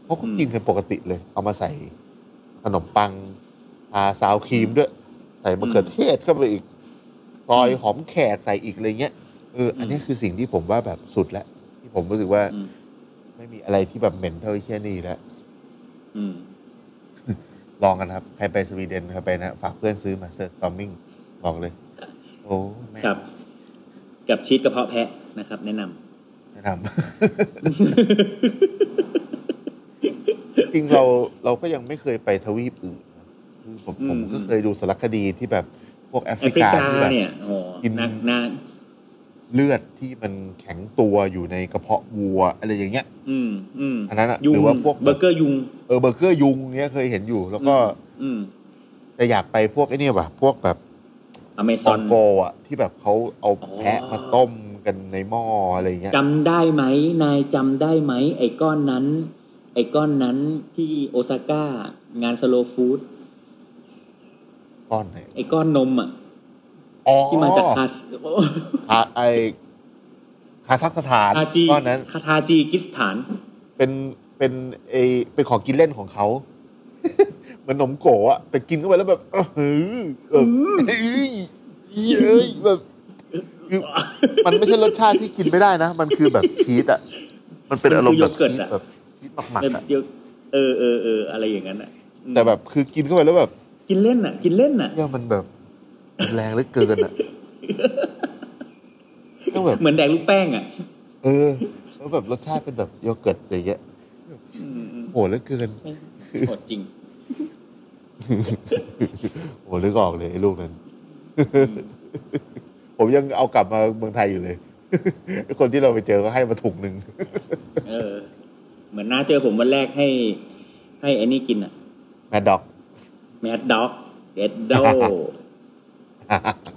S2: เขาก็
S3: อืม
S2: กินกันปกติเลย เอามาใส่ขนมปังทาซาวครีมด้วย ใส่มะเขือเทศเข้าไปอีกซอยหอมแขกใส่อีกอะไรเงี้ยเอออันนี้คือสิ่งที่ผมว่าแบบสุดแล้วที่ผมรู้สึกว่า
S3: อืม
S2: ไม่มีอะไรที่แบบเหม็นเท่าไอ้แค่นี้แล้ว
S3: อืม
S2: ลองกันครับ ใครไปสวีเดนใครไปนะฝากเพื่อนซื้อมาเซิร์ชตอมมิ่งบอกเลย โอ้แม่ง
S3: ครับ กับชีสกระเพาะแพะนะครับ แนะนำ
S2: แนะนำ จริงๆเราเราก็ยังไม่เคยไปทวีปอื่นนะคือผม
S3: อืม
S2: ผมก็เคยดูสารคดีที่แบบพวกแอฟ
S3: แอ
S2: ริ
S3: ฟริ
S2: กาก
S3: า
S2: ที่แบบ
S3: เนี่ยโอ้
S2: กิน
S3: นักนา
S2: เลือดที่มันแข็งตัวอยู่ในกระเพาะวัว อะไรอย่างเงี้ย
S3: อืมอืม
S2: อันนั้นอะ
S3: ยุ
S2: ห
S3: ง
S2: รือว่าพวก
S3: เบอร์เกอร์ยุง
S2: เออเบอร์เกอร์ยุงเนี้ยเคยเห็นอยู่ แล้วก็
S3: อืม
S2: แต่อยากไปพวกไอ้เนี่ยว่ะพวกแบบ
S3: อเมซ
S2: คอ
S3: อน
S2: งโกอ่ะที่แบบเขาเอา
S3: อ๋อ
S2: แพะมาต้มกันในหม้ออะไรเงี้ย
S3: จำได้ไหม นายจำได้ไหม ไอ้ก้อนนั้น ไอ้ก้อนนั้นที่โอซาก้างานสโลว์ฟู้ด
S2: ก้อนไหน
S3: ไอ้ก้อนนมอ่ะ
S2: อ๋อ
S3: ที่มาจากคาสโอ้
S2: คาไอคาซัคสถาน
S3: คาจี
S2: ก้อนนั้น
S3: คาทาจีกิส ถาน
S2: เป็นเป็นเอเป็นของกินเล่นของเขา เหมือนหนมโกะอะแต่กินเข้าไปแล้วแบบเออหือเออเอ้ยเอ้ยแบบคือมันไม่ใช่รสชาติที่กินไม่ได้นะ มันคือแบบชีสอะมันเป็นอารมณ์แบบ
S3: มันคือโยเกิร์
S2: ชี
S3: ต
S2: ส
S3: อะ
S2: แบบชีสหมัก
S3: แบบ
S2: ๆอะ
S3: เดียวเออเออเอออะไรอย่างนั้นอ่ะอืม
S2: แต่แบบคือกินเข้าไปแล้วแบบ
S3: กินเล่นอ่ะ กินเล่นอ่ะ
S2: เนี่ยมันแบบมันแรงเหลือเกินอะก็แบบ
S3: เหมือนแดกลูกแป้งอ่ะ
S2: เออแล้วแบบรสชาติเป็นแบบโยเกิร์ตอะไรเงี้ย
S3: อืมอืม
S2: โหเหลือเกิน
S3: โหดจริง
S2: โอ้นึกออกเลยไอ้ลูกนั้น ผมยังเอากลับมาเมืองไทยอยู่เลย คนที่เราไปเจอก็ให้มาถุงหนึ่ง
S3: เออ เหมือนน้าเจอผมวันแรกให้ ให้ไอ้นี่กินอ่ะ
S2: แมดด็อก
S3: แมดด็อกเด็ดโด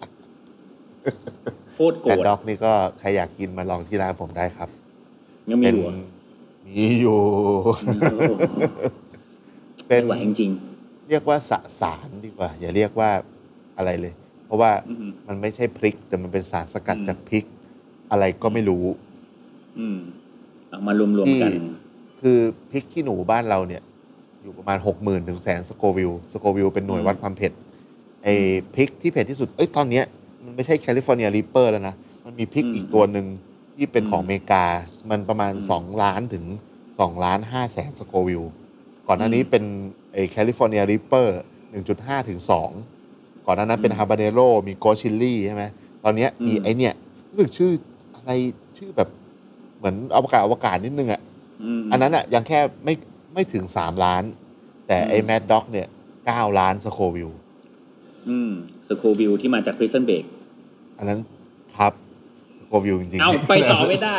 S3: โคตรโกร
S2: แมด
S3: ธ
S2: ด็อกนี่ก็ใครอยากกินมาลองที่ร้านผมได้ครับ
S3: ยังมี
S2: เป็น
S3: หัว
S2: มีอยู่ เป็น
S3: ไหวจริง
S2: เรียกว่าสสารดีกว่า อย่าเรียกว่าอะไรเลย เพราะว่า
S3: อืม
S2: มันไม่ใช่พริก แต่มันเป็นสารสกัด
S3: อืม
S2: จากพริก อะไรก็ไม่รู้
S3: อืมเอามารวมๆกัน
S2: ที่ คือพริกขี้หนูบ้านเราเนี่ย อยู่ประมาณหกหมื่นถึงแสนสโควิลสโควิลเป็นหน่วย
S3: อืม
S2: วัดความเผ็ดไอ้พริกที่เผ็ดที่สุดเอ้ยตอนเนี้ยมันไม่ใช่แคลิฟอร์เนียรีเปอร์แล้วนะ มันมีพริก
S3: อืม
S2: อีกตัวหนึ่งที่เป็นของ
S3: อืม
S2: อเมริกา มันประมาณ
S3: อืม
S2: สองล้านถึงสองล้านห้าแสนสโควิลก่อนหน้า
S3: อืม
S2: นี้เป็นไอ้แคลิฟอร์เนียรีเปอร์หนึ่งจุดห้าถึงสองก่อนหน้านั้นเป็น
S3: อืม
S2: ฮาบาเนโรมีโกชิลลี่ใช่ไหมตอนเนี้ยมี
S3: อืม
S2: ไอเนี่ยรู้สึกชื่ออะไรชื่อแบบเหมือนอวกาศอวกาศนิดนึงอะ
S3: ม
S2: อันนั้นอ่ะยังแค่ไม่ไม่ถึงสามล้าน แต่ไอ้
S3: อืม
S2: แมดด็อกเนี่ยเก้าล้านสโควิล
S3: อืมสโควิลที่มาจากพริซันเบก
S2: อันนั้นครับสโควิลจริงๆ
S3: เอาไปต่อไม่ได้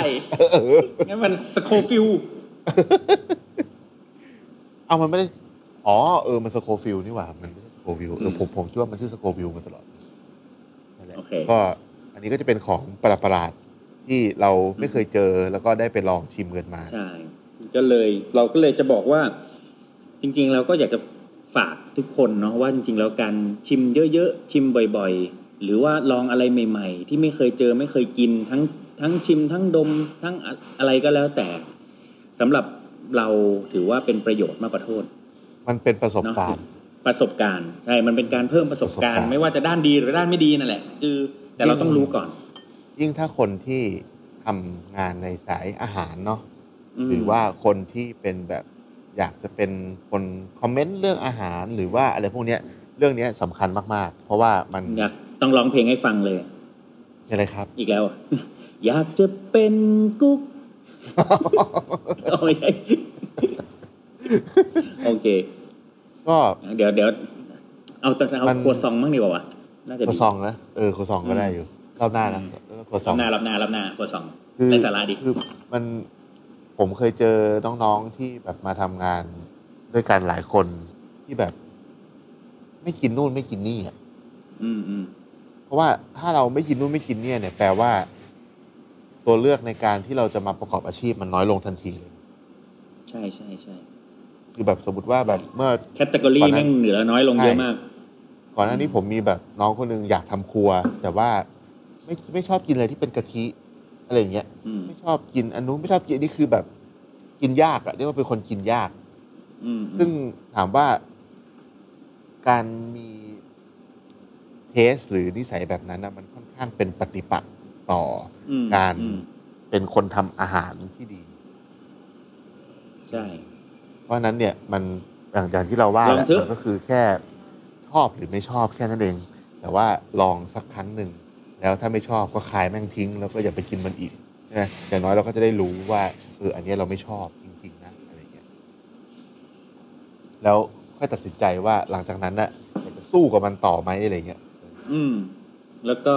S2: เออ
S3: งั้นมันสโคฟิล
S2: เอามันไม่ได้ อ๋อเออมันสโควิลนี่หว่า มันไม่ใช่สโควิลเออผมผมคิดว่ามันชื่อสโควิลมาตลอดนั่นแหละ
S3: โอเค
S2: ก็อันนี้ก็จะเป็นของประหลาดๆที่เราไม่เคยเจอแล้วก็ได้ไปลองชิมกันมา
S3: ใช่ ก็เลยเราก็เลยจะบอกว่า จริงๆ เราก็อยากจะฝากทุกคนเนาะว่าจริงๆ แล้วการชิมเยอะๆ ชิมบ่อยๆ หรือว่าลองอะไรใหม่ๆ ที่ไม่เคยเจอไม่เคยกิน ทั้งทั้งชิมทั้งดมทั้งอะอะไรก็แล้วแต่สำหรับเราถือว่าเป็นประโยชน์มากกว่าโทษ
S2: มันเป็นประสบการณ์
S3: ประสบการณ์ใช่ มันเป็นการเพิ่มประสบการณ์
S2: ประสบการณ์
S3: ไม่ว่าจะด้านดีหรือด้านไม่ดีนั่นแหละ คือ แต่เราต้องรู้ก่อน
S2: ยิ่งถ้าคนที่ทำงานในสายอาหารเนาะ
S3: ม
S2: หรือว่าคนที่เป็นแบบอยากจะเป็นคนคอมเมนต์เรื่องอาหารหรือว่าอะไรพวกเนี้ยเรื่องเนี้ยสำคัญมาก ๆ เพราะว่ามัน
S3: อยากต้องร้องเพลงให้ฟังเลย
S2: อะไรครับ
S3: อีกแล้ว อยากจะเป็นกุ๊กเอาไม่ ใช่โอเค
S2: ก็
S3: เดี๋ยวเดี๋ยวเอาแต่เอา
S2: มัน
S3: ครัวซองมั่งดีกว่าวะน่าจะ
S2: โค
S3: ดี
S2: ซองนะเออโคซองก็ได้อยู่รอบหน้านะ
S3: อืม
S2: แล้วโคซ
S3: รั
S2: อบ ง
S3: หน้ารับหน้ารับหน้าครัวซอง
S2: คือ
S3: ในสาระดี
S2: คือมันผมเคยเจอน้องๆที่แบบมาทำงานด้วยกันหลายคนที่แบบ ไม่กินนู่นไม่กินนี่อ่ะ
S3: อืมอืม
S2: เพราะว่าถ้าเราไม่กินนู่นไม่กินเนี่ยเนี่ยแปลว่า ตัวเลือกในการที่เราจะมาประกอบอาชีพมันน้อยลงทันทีเลย
S3: ใช่ใช่ใช่
S2: คือแบบสมมติว่าแบบเมื่อ
S3: แคตตากรี
S2: ก่อนนั้น
S3: แม่งเหนือน้อยลงเยอะ
S2: ใช่
S3: มาก
S2: ก่อนหน้านี้ผมมีแบบน้องคนหนึงอยากทำครัว แต่ว่าไม่ไม่ชอบกินอะไรที่เป็นกะทิอะไรอย่างเงี้ย
S3: อืม
S2: ไม่ชอบกินอันนู้นไม่ชอบกินอันนี่คือแบบ กินยากอะเรียกว่าเป็นคนกินยาก
S3: อืมอืม
S2: ซึ่งถามว่าการมีเทสหรือนิสัยแบบนั้นนะมันค่อนข้างเป็นปฏิปักษ์ต่อ
S3: อืม
S2: การ
S3: อืม
S2: เป็นคนทำอาหารที่ดี
S3: ใช่
S2: เพราะฉะนั้นเนี่ยมันอย่างอย่างที่เราว่า
S3: ลอง
S2: แหละ
S3: เถอะ
S2: มันก็คือแค่ชอบหรือไม่ชอบแค่นั้นเอง แต่ว่าลองสักครั้งหนึ่ง แล้วถ้าไม่ชอบก็ขายแม่งทิ้ง แล้วก็อย่าไปกินมันอีกนะอย่างน้อยเราก็จะได้รู้ว่าเอออันเนี้ยเราไม่ชอบจริงๆนะอะไรเงี้ยแล้วค่อยตัดสินใจว่าหลังจากนั้นน่ะอยากจะสู้กับมันต่อไหมอะไรเงี้ย
S3: อืม แล้วก็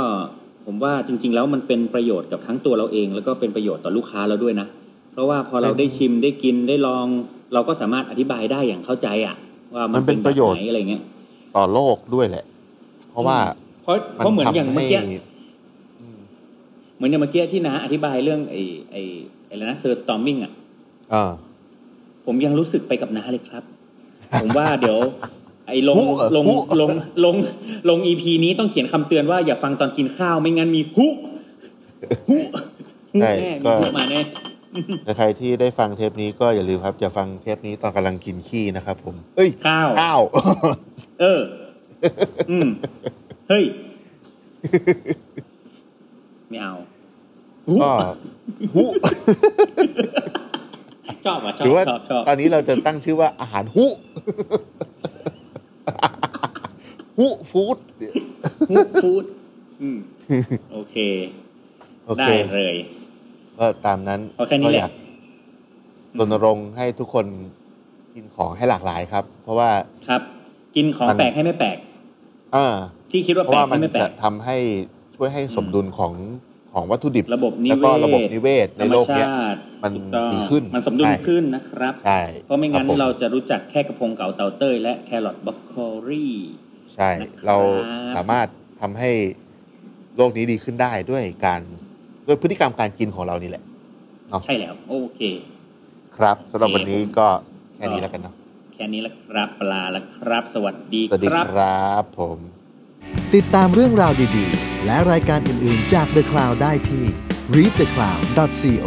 S3: ผมว่าจริง ๆ แล้วมันเป็นประโยชน์กับทั้งตัวเราเอง แล้วก็เป็นประโยชน์ต่อลูกค้าเราด้วยนะ เพราะว่าพอเราได้ชิมได้กินได้ลอง เราก็สามารถอธิบายได้อย่างเข้าใจอ่ะ ว่ามั
S2: มัน นเป็นประโยชน์
S3: แบบไหอะไรเงี้ย
S2: ต่อโลกด้วยแหละ เพราะว่า
S3: เพราะ
S2: มั
S3: เพราะเหมือนอย่าง
S2: ทำ
S3: เมื่อ
S2: ให้
S3: กี้
S2: อืม
S3: เหมือนอย่างเมื่อกี้ที่นาอธิบายเรื่องไอ้ไอ้ไอ้อะไรนะเซอร์สตอมมิงอ่ะ
S2: อ่า
S3: ผมยังรู้สึกไปกับน้าเลยครับ ผมว่าเดี๋ยว ไอ้ลง
S2: หูเหรอ
S3: ลง
S2: หู
S3: ลงลงลงอีพีนี้ต้องเขียนคำเตือนว่าอย่าฟังตอนกินข้าวไม่งั้นมีหุหุหุแน่มีหุมาแน่
S2: แต่ใครที่ได้ฟังเทปนี้ก็อย่าลืมครับอย่าฟังเทปนี้ตอนกำลังกินขี้นะครับผม เอ้ย
S3: ข้าว
S2: ข้าว
S3: เออ อืม เฮ้ย ไม่เอาหู
S2: ก็ฮุ
S3: ชอบอ่ะช
S2: หรือ
S3: อ
S2: ว่า
S3: บชอบชอบ
S2: ตอนนี้เราจะตั้งชื่อว่าอาหาร ฮุฮุฟู้ด
S3: หูฟูดอืม โอเค
S2: โอ
S3: ได้
S2: เค
S3: เลย
S2: ก็ตามนั้น
S3: เอาแค่นี้
S2: ก็
S3: แหละ
S2: อยากรณรงค์ให้ทุกคนกินของให้หลากหลายครับ เพราะว่า
S3: ครับ กินของ
S2: มัน
S3: แปลกให้ไม่แปลก
S2: เออ
S3: ที่คิดว่า
S2: เพ
S3: แปลก
S2: ราะว่ามัน
S3: ให้ไม่แปล
S2: จะ
S3: ก
S2: ทำให้ช่วยให้สมดุลของของวัตถุดิบ
S3: ระบบนิ
S2: แล้ว
S3: เว
S2: ก็
S3: ศ
S2: ระบบนิเวศในโลกเนี้ย
S3: ธรรมชาติ
S2: มัน
S3: ถูกต้อง
S2: ดีขึ้น
S3: มันสมดุล
S2: ใช่
S3: ขึ้นนะครับ
S2: ใช่
S3: เพราะไม่งั้
S2: คน บผ
S3: เราจะรู้จักแค่กระพงเก่าเตาเต้ยและแครอทบรอกโคลี
S2: ใช่
S3: นะครับ
S2: เราสามารถทำให้โลกนี้ดีขึ้นได้ด้วยการด้วยพฤติกรรมการกินของเรานี่แหละเนาะ
S3: ใช่แล้ว โอเค
S2: ครับสำหรับวันนี้ก็แค่นี้แล้วกันเนาะ
S3: ค แค่นี้ละครับปลาละครับ สวัสดี
S2: สวัสดี
S3: ครับ
S2: ครับผม
S1: ติดตามเรื่องราวดีๆ และรายการอื่นๆจาก The Cloud ได้ที่ readthecloud.co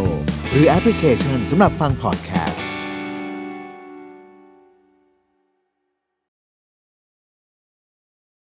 S1: หรือแอปพลิเคชันสำหรับฟังพอดแค